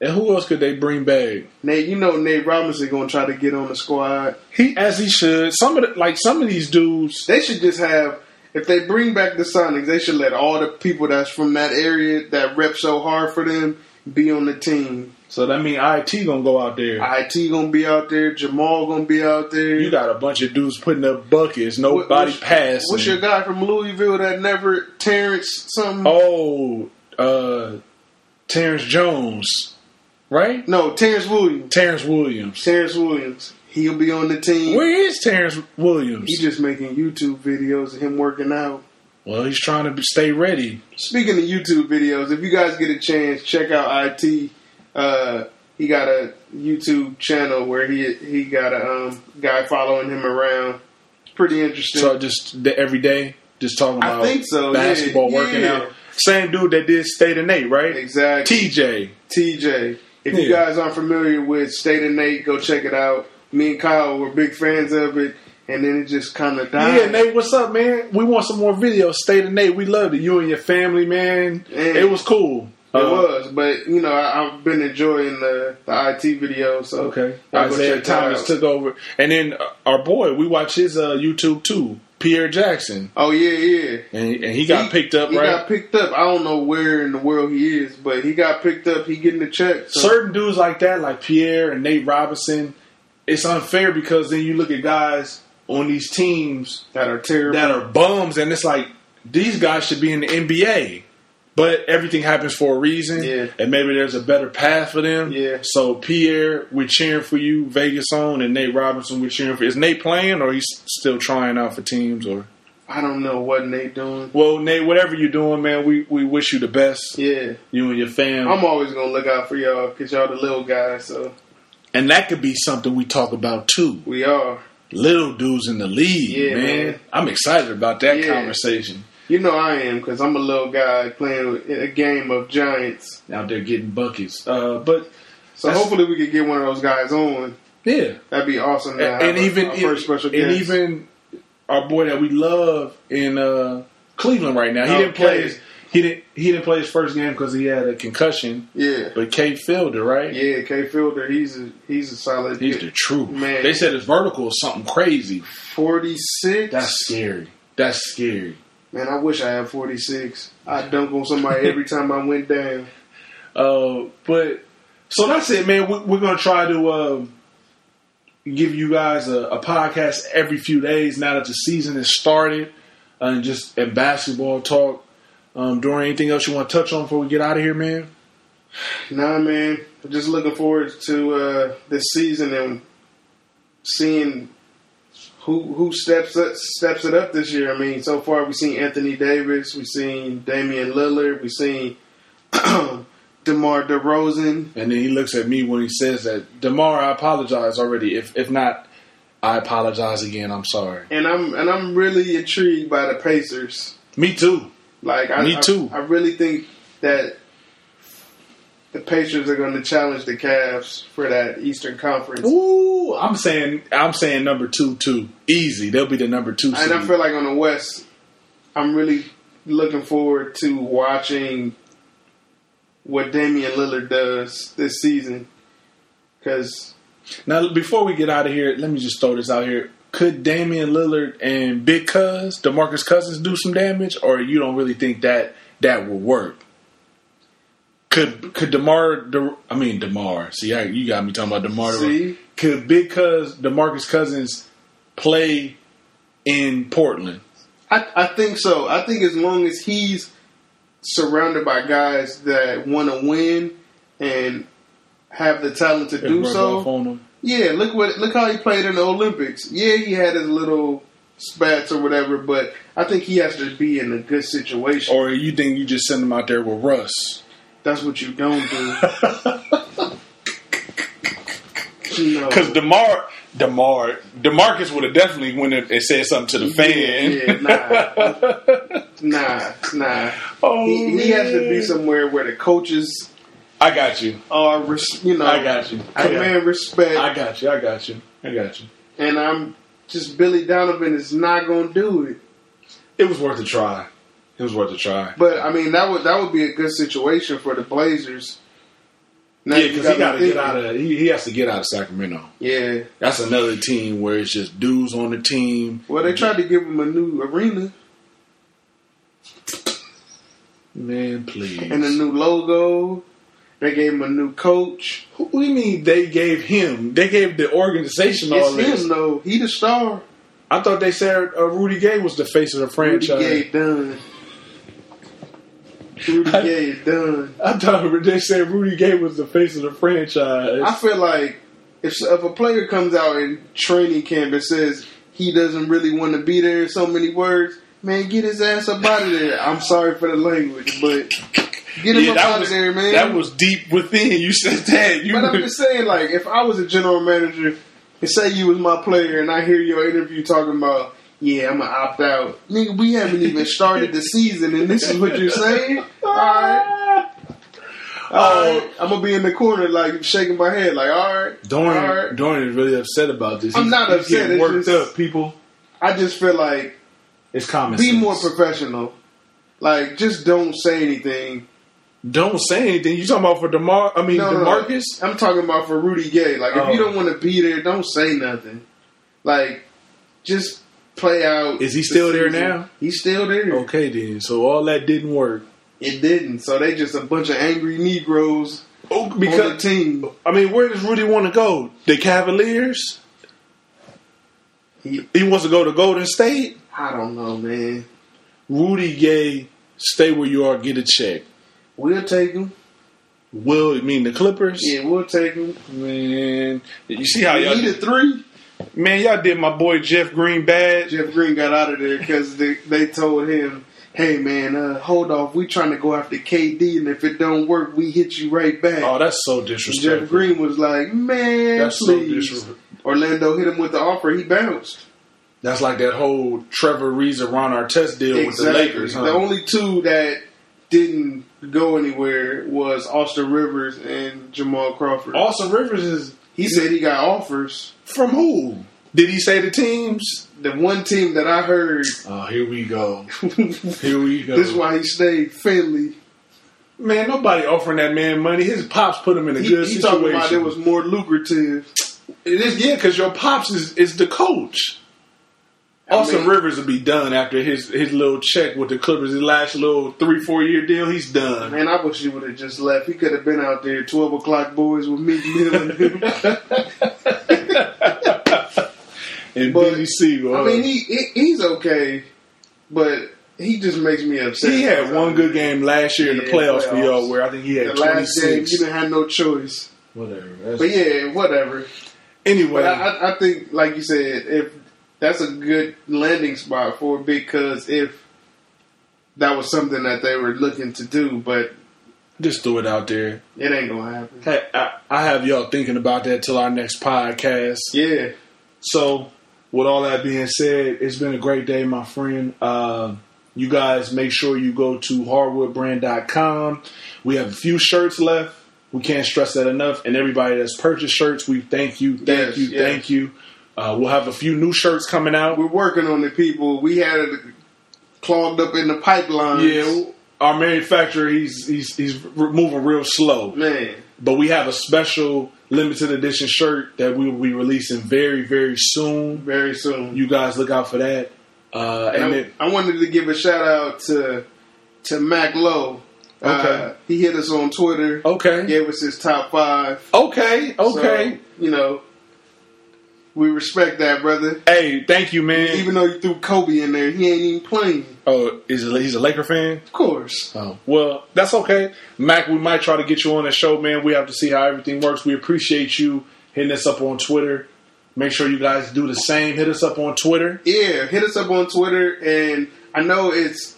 Speaker 2: and who else could they bring back?
Speaker 3: Nate, you know Nate Robinson gonna try to get on the squad.
Speaker 2: He as he should. Some of the, like some of these dudes,
Speaker 3: They should just have if they bring back the Sonics, they should let all the people that's from that area that rep so hard for them be on the team.
Speaker 2: So that mean IT gonna go out there.
Speaker 3: It gonna be out there. Jamal gonna be out there.
Speaker 2: you got a bunch of dudes putting up buckets,
Speaker 3: What-
Speaker 2: nobody
Speaker 3: what's-
Speaker 2: passing.
Speaker 3: What's your guy from Louisville that never Terrence something?
Speaker 2: oh, uh, Terrence Jones, right?
Speaker 3: No, Terrence Williams.
Speaker 2: Terrence Williams.
Speaker 3: Terrence Williams. He'll be on the team.
Speaker 2: Where is Terrence Williams?
Speaker 3: He's just making YouTube videos of him working out.
Speaker 2: well, he's trying to be, stay ready.
Speaker 3: Speaking of YouTube videos, if you guys get a chance, check out IT. Uh, he got a YouTube channel where he he got a um, guy following him around. Pretty interesting.
Speaker 2: So just the, every day, just talking
Speaker 3: I
Speaker 2: about
Speaker 3: think so, yeah,
Speaker 2: basketball, working
Speaker 3: yeah.
Speaker 2: out. Same dude that did State of Nate, right?
Speaker 3: exactly.
Speaker 2: TJ.
Speaker 3: TJ. If you
Speaker 2: Yeah.
Speaker 3: guys aren't familiar with State of Nate, go check it out. Me and Kyle were big fans of it, and then it just kind of died.
Speaker 2: Yeah, Nate, what's up, man? We want some more videos. Stay the Nate. We loved it. You and your family, man.
Speaker 3: Yeah.
Speaker 2: It was cool.
Speaker 3: It
Speaker 2: Uh,
Speaker 3: was, but you know, I, I've been enjoying the, the IT video. So
Speaker 2: Okay.
Speaker 3: y'all go
Speaker 2: Isaiah
Speaker 3: check that
Speaker 2: Thomas
Speaker 3: out.
Speaker 2: took over. And then uh, our boy, we watch his uh, YouTube too, Pierre Jackson.
Speaker 3: Oh yeah, yeah.
Speaker 2: And, and he got picked up,
Speaker 3: He
Speaker 2: right?
Speaker 3: got picked up. I don't know where in the world he is, but he got picked up. He getting the check. So
Speaker 2: Certain dudes like that, like Pierre and Nate Robinson, it's unfair because then you look at guys on these teams
Speaker 3: that are terrible.
Speaker 2: that are bums and it's like, these guys should be in the NBA. But everything happens for a reason,
Speaker 3: Yeah.
Speaker 2: and maybe there's a better path for them.
Speaker 3: Yeah.
Speaker 2: So Pierre, we're cheering for you, Vegas on, and Nate Robinson, we're cheering for. Is Nate playing, or he's still trying out for teams, or?
Speaker 3: I don't know what Nate doing.
Speaker 2: Well, Nate, whatever you're doing, man, we, we wish you the best.
Speaker 3: Yeah,
Speaker 2: You and your fam.
Speaker 3: I'm always gonna look out for y'all because y'all the little guys. So
Speaker 2: and that could be something we talk about too.
Speaker 3: we are.
Speaker 2: Little dudes in the league,
Speaker 3: Yeah,
Speaker 2: man.
Speaker 3: man.
Speaker 2: I'm excited about that
Speaker 3: Yeah.
Speaker 2: conversation.
Speaker 3: You know I am because I'm a little guy playing with- in a game of giants.
Speaker 2: Out there getting buckets. Uh, but
Speaker 3: So
Speaker 2: That's-
Speaker 3: hopefully we could get one of those guys on.
Speaker 2: yeah,
Speaker 3: That'd be awesome.
Speaker 2: A-
Speaker 3: To have
Speaker 2: and,
Speaker 3: our-
Speaker 2: even
Speaker 3: our
Speaker 2: and,
Speaker 3: first special
Speaker 2: and
Speaker 3: guest.
Speaker 2: even our boy that we love in uh, Cleveland right now. He didn't
Speaker 3: Okay.
Speaker 2: play his he didn't he didn't play his first game because he had a concussion.
Speaker 3: yeah,
Speaker 2: But Kate Fielder, right?
Speaker 3: yeah. K Fielder, he's a he's a solid.
Speaker 2: He's the truth.
Speaker 3: Man.
Speaker 2: They said his vertical is something crazy.
Speaker 3: forty six.
Speaker 2: That's scary. That's scary.
Speaker 3: Man, I wish I had 46. I dunk on somebody every time I went down.
Speaker 2: Uh, but so that's it, man. We, we're gonna try to um give you guys a, a podcast every few days now that the season has started, uh, and just and basketball talk. Um, Dorian, anything else you want to touch on before we get out of here, man?
Speaker 3: Nah, man. Just looking forward to uh, this season and seeing who who steps up, steps it up this year. I mean, so far we've seen Anthony Davis, we've seen Damian Lillard, we've seen DeMar DeRozan.
Speaker 2: And then he looks at me when he says that, Demar. I apologize already. If if not, I apologize again. I'm sorry.
Speaker 3: And I'm and I'm really intrigued by the Pacers.
Speaker 2: Me too.
Speaker 3: Like I,
Speaker 2: Me
Speaker 3: I-
Speaker 2: too.
Speaker 3: I, really think that the Pacers are going to challenge the Cavs for that Eastern Conference.
Speaker 2: Ooh, I'm saying I'm saying number two too. Easy. They'll be the number two.
Speaker 3: And I
Speaker 2: seed.
Speaker 3: feel like on the West, I'm really looking forward to watching what Damian Lillard does this season. Because
Speaker 2: Now, before we get out of here, let me just throw this out here. Could Damian Lillard and Big Cuz, DeMarcus Cousins, do some damage, or you don't really think that that will work? Could could Demar, De, I mean Demar? See, I, you got me talking about Demar. De-
Speaker 3: See?
Speaker 2: Could Big Cuz, DeMarcus Cousins, play in Portland?
Speaker 3: I, I think so. I think as long as he's surrounded by guys that want to win and have the talent to do
Speaker 2: Rub
Speaker 3: so.
Speaker 2: off on them.
Speaker 3: Yeah, look what look how he played in the Olympics. Yeah, he had his little spats or whatever, but I think he has to be in a good situation.
Speaker 2: Or you think you just send them out there with Russ?
Speaker 3: That's what you don't do. You know.
Speaker 2: Because Demar, Demar, Demarcus would have definitely went in and said something to the fan.
Speaker 3: Yeah, nah, nah, nah.
Speaker 2: Oh,
Speaker 3: He, he has to be
Speaker 2: man.
Speaker 3: somewhere where the coaches
Speaker 2: I got you.
Speaker 3: are, res- you know,
Speaker 2: I got you. I got
Speaker 3: command
Speaker 2: you.
Speaker 3: respect.
Speaker 2: I got you. I got you. I got you.
Speaker 3: and I'm just Billy Donovan is not gonna do it.
Speaker 2: It was worth a try. It was worth a try.
Speaker 3: But I mean, that would that would be a good situation for the Blazers. Now
Speaker 2: yeah,
Speaker 3: you
Speaker 2: because
Speaker 3: got
Speaker 2: he
Speaker 3: me
Speaker 2: got to get
Speaker 3: thinking.
Speaker 2: out of. He, he has to get out of Sacramento.
Speaker 3: Yeah.
Speaker 2: That's another team where it's just dudes on the team.
Speaker 3: Well, they tried to give him a new arena
Speaker 2: Man, please.
Speaker 3: and a new logo. They gave him a new coach.
Speaker 2: Who- what do you mean they gave him? They gave the organization all
Speaker 3: It's
Speaker 2: this.
Speaker 3: him though. He the star.
Speaker 2: I thought they said uh, Rudy Gay was the face of the
Speaker 3: Rudy
Speaker 2: franchise.
Speaker 3: Gay done. Rudy
Speaker 2: I-
Speaker 3: Gay done.
Speaker 2: I thought they said Rudy Gay was the face of the franchise.
Speaker 3: I feel like if if a player comes out in training camp and says he doesn't really want to be there, in so many words, man, get his ass up out of there. I'm sorry for the language, but get him
Speaker 2: Yeah,
Speaker 3: up out of there, man.
Speaker 2: that was deep within. You said that. You
Speaker 3: But I'm just saying, like, if I was a general manager and say you was my player and I hear your interview talking about, yeah, I'm gonna opt out. Nigga, we haven't even started the season and this is what you're saying? Alright. Alright. I'm gonna be in the corner like shaking my head, like, alright.
Speaker 2: Dorian,
Speaker 3: alright.
Speaker 2: Dorian is really upset about this.
Speaker 3: I'm
Speaker 2: He's-
Speaker 3: not
Speaker 2: he's
Speaker 3: upset,
Speaker 2: getting
Speaker 3: it's
Speaker 2: worked
Speaker 3: just-
Speaker 2: up, people.
Speaker 3: I just feel like
Speaker 2: It's common
Speaker 3: be
Speaker 2: sense.
Speaker 3: more professional. Like, just don't say anything.
Speaker 2: Don't say anything. You talking about for Demar? I mean,
Speaker 3: No, no, no.
Speaker 2: Demarcus.
Speaker 3: I'm talking about for Rudy Gay. Like, if
Speaker 2: Oh.
Speaker 3: you don't want to be there, don't say nothing. Like, just play out.
Speaker 2: Is he
Speaker 3: the
Speaker 2: still there
Speaker 3: season.
Speaker 2: now?
Speaker 3: He's still there.
Speaker 2: Okay, then. So all that didn't work.
Speaker 3: It didn't. So they just a bunch of angry Negroes
Speaker 2: Oh,
Speaker 3: on the
Speaker 2: because
Speaker 3: team.
Speaker 2: I mean, where does Rudy want to go? The Cavaliers.
Speaker 3: He-
Speaker 2: He wants to go to Golden State.
Speaker 3: I don't know, man.
Speaker 2: Rudy Gay Stay where you are. Get a check.
Speaker 3: We'll take him.
Speaker 2: Will it mean the Clippers?
Speaker 3: Yeah, we'll take him.
Speaker 2: Man, you see how
Speaker 3: We
Speaker 2: y'all
Speaker 3: needed three.
Speaker 2: man y'all did my boy Jeff Green bad.
Speaker 3: Jeff Green got out of there because they, they told him, "Hey man, uh, hold off. We trying to go after KD, and if it don't work, we hit you right back."
Speaker 2: Oh, that's so
Speaker 3: And
Speaker 2: disrespectful.
Speaker 3: Jeff Green was like, "Man,
Speaker 2: That's so
Speaker 3: please."
Speaker 2: disrespectful.
Speaker 3: Orlando hit him with the offer. He bounced.
Speaker 2: That's like that whole Trevor Reese and Ron Artest deal with the Lakers. Huh?
Speaker 3: The only two that didn't go anywhere was Austin Rivers and Jamal Crawford.
Speaker 2: Austin Rivers is
Speaker 3: He said he got offers.
Speaker 2: from who? Did he say the teams?
Speaker 3: The one team that I heard,
Speaker 2: Oh, here we go.
Speaker 3: this
Speaker 2: Here we go.
Speaker 3: is why he stayed. Finley.
Speaker 2: man, nobody offering that man money. His pops put him in a
Speaker 3: He,
Speaker 2: good
Speaker 3: he
Speaker 2: situation.
Speaker 3: talking about it was more lucrative.
Speaker 2: It is, yeah, because your pops is, is the coach. Austin
Speaker 3: mean-
Speaker 2: Rivers will be done after his, his little check with the Clippers. His last little three four year deal, he's done.
Speaker 3: Man, I wish he would have just left. He could have been out there twelve o'clock boys with Meek Mill and him.
Speaker 2: And
Speaker 3: But,
Speaker 2: Billy Siegel.
Speaker 3: I mean, he, he he's okay, but he just makes me upset.
Speaker 2: He had one good game last year in the
Speaker 3: Yeah,
Speaker 2: playoffs, for
Speaker 3: playoffs.
Speaker 2: y'all, where I think he
Speaker 3: The
Speaker 2: had twenty
Speaker 3: last game,
Speaker 2: six.
Speaker 3: you didn't have no choice.
Speaker 2: Whatever. That's-
Speaker 3: But yeah, whatever.
Speaker 2: anyway,
Speaker 3: But I, I, I think, like you said, if that's a good landing spot for it because if that was something that they were looking to do, but
Speaker 2: just threw it out there.
Speaker 3: it ain't gonna happen.
Speaker 2: Hey, I, I have y'all thinking about that till our next podcast.
Speaker 3: Yeah,
Speaker 2: So, with all that being said, it's been a great day, my friend. Uh, you guys make sure you go to hardwoodbrand.com. We have a few shirts left. We can't stress that enough. And everybody that's purchased shirts, we thank you, thank
Speaker 3: Yes,
Speaker 2: you,
Speaker 3: yes.
Speaker 2: thank you. Uh, we'll have a few new shirts coming out.
Speaker 3: we're working on the people. We had it clogged up in the pipeline.
Speaker 2: Yeah, our manufacturer he's he's he's moving real slow.
Speaker 3: man.
Speaker 2: But we have a special limited edition shirt that we will be releasing very very soon.
Speaker 3: Very soon.
Speaker 2: You guys look out for that. Uh,
Speaker 3: And
Speaker 2: and
Speaker 3: I,
Speaker 2: it,
Speaker 3: I wanted to give a shout out to to Mac Lowe. Uh,
Speaker 2: Okay.
Speaker 3: he hit us on Twitter.
Speaker 2: okay,
Speaker 3: Gave us his top five.
Speaker 2: okay, okay.
Speaker 3: So, you know, we respect that, brother.
Speaker 2: hey, thank you, man.
Speaker 3: Even though you threw Kobe in there, he ain't even playing.
Speaker 2: oh, is he- he's a Laker fan?
Speaker 3: Of course.
Speaker 2: Oh, well, that's okay, Mac. We might try to get you on the show, man. We have to see how everything works. We appreciate you hitting us up on Twitter. Make sure you guys do the same. Hit us up on Twitter.
Speaker 3: Yeah, hit us up on Twitter, and I know it's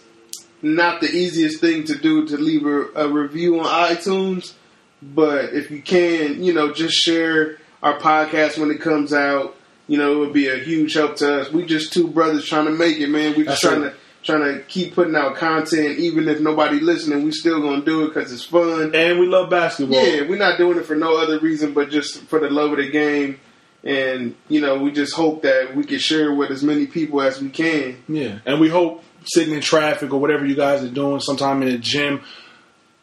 Speaker 3: not the easiest thing to do to leave a, a review on iTunes, but if you can, you know, just share our podcast when it comes out. You know, it would be a huge help to us. We just two brothers trying to make it, man. We
Speaker 2: That's
Speaker 3: just trying
Speaker 2: right.
Speaker 3: to trying to keep putting out content, even if nobody listening. We still gonna do it because it's fun.
Speaker 2: And we love basketball.
Speaker 3: Yeah, we're not doing it for no other reason but just for the love of the game. And, you know, we just hope that we can share with as many people as we can.
Speaker 2: Yeah, and we hope sitting in traffic or whatever you guys are doing, sometime in the gym,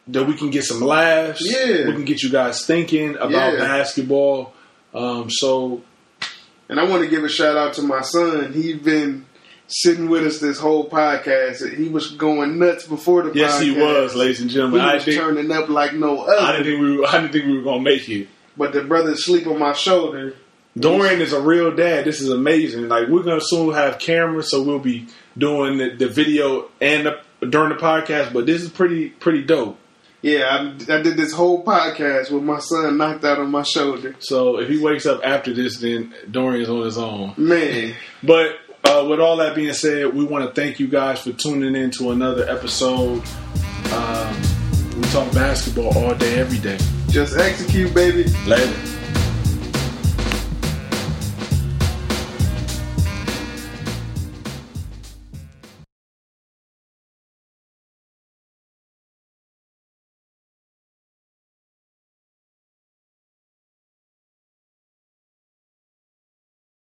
Speaker 2: that we can get some laughs.
Speaker 3: Yeah.
Speaker 2: we can get you guys thinking about
Speaker 3: Yeah.
Speaker 2: basketball. Um, so
Speaker 3: And I want to give a shout out to my son. He's been sitting with us this whole podcast. He was going nuts before the
Speaker 2: yes,
Speaker 3: podcast.
Speaker 2: he was, ladies and
Speaker 3: He
Speaker 2: gentlemen. I
Speaker 3: was
Speaker 2: think
Speaker 3: turning up like no
Speaker 2: I
Speaker 3: other.
Speaker 2: didn't think we were, I didn't think we were gonna make it.
Speaker 3: But the brother sleep on my shoulder.
Speaker 2: Dorian is a real dad. This is amazing. Like we're gonna soon have cameras, so we'll be doing the, the video and the, during the podcast. But this is pretty pretty dope.
Speaker 3: Yeah, I, I did this whole podcast with my son knocked out on my shoulder.
Speaker 2: So if he wakes up after this, then Dorian's on his own.
Speaker 3: Man,
Speaker 2: But uh, with all that being said, we want to thank you guys for tuning in to another episode. Um, we talk basketball all day, every day.
Speaker 3: just execute, baby.
Speaker 2: Later.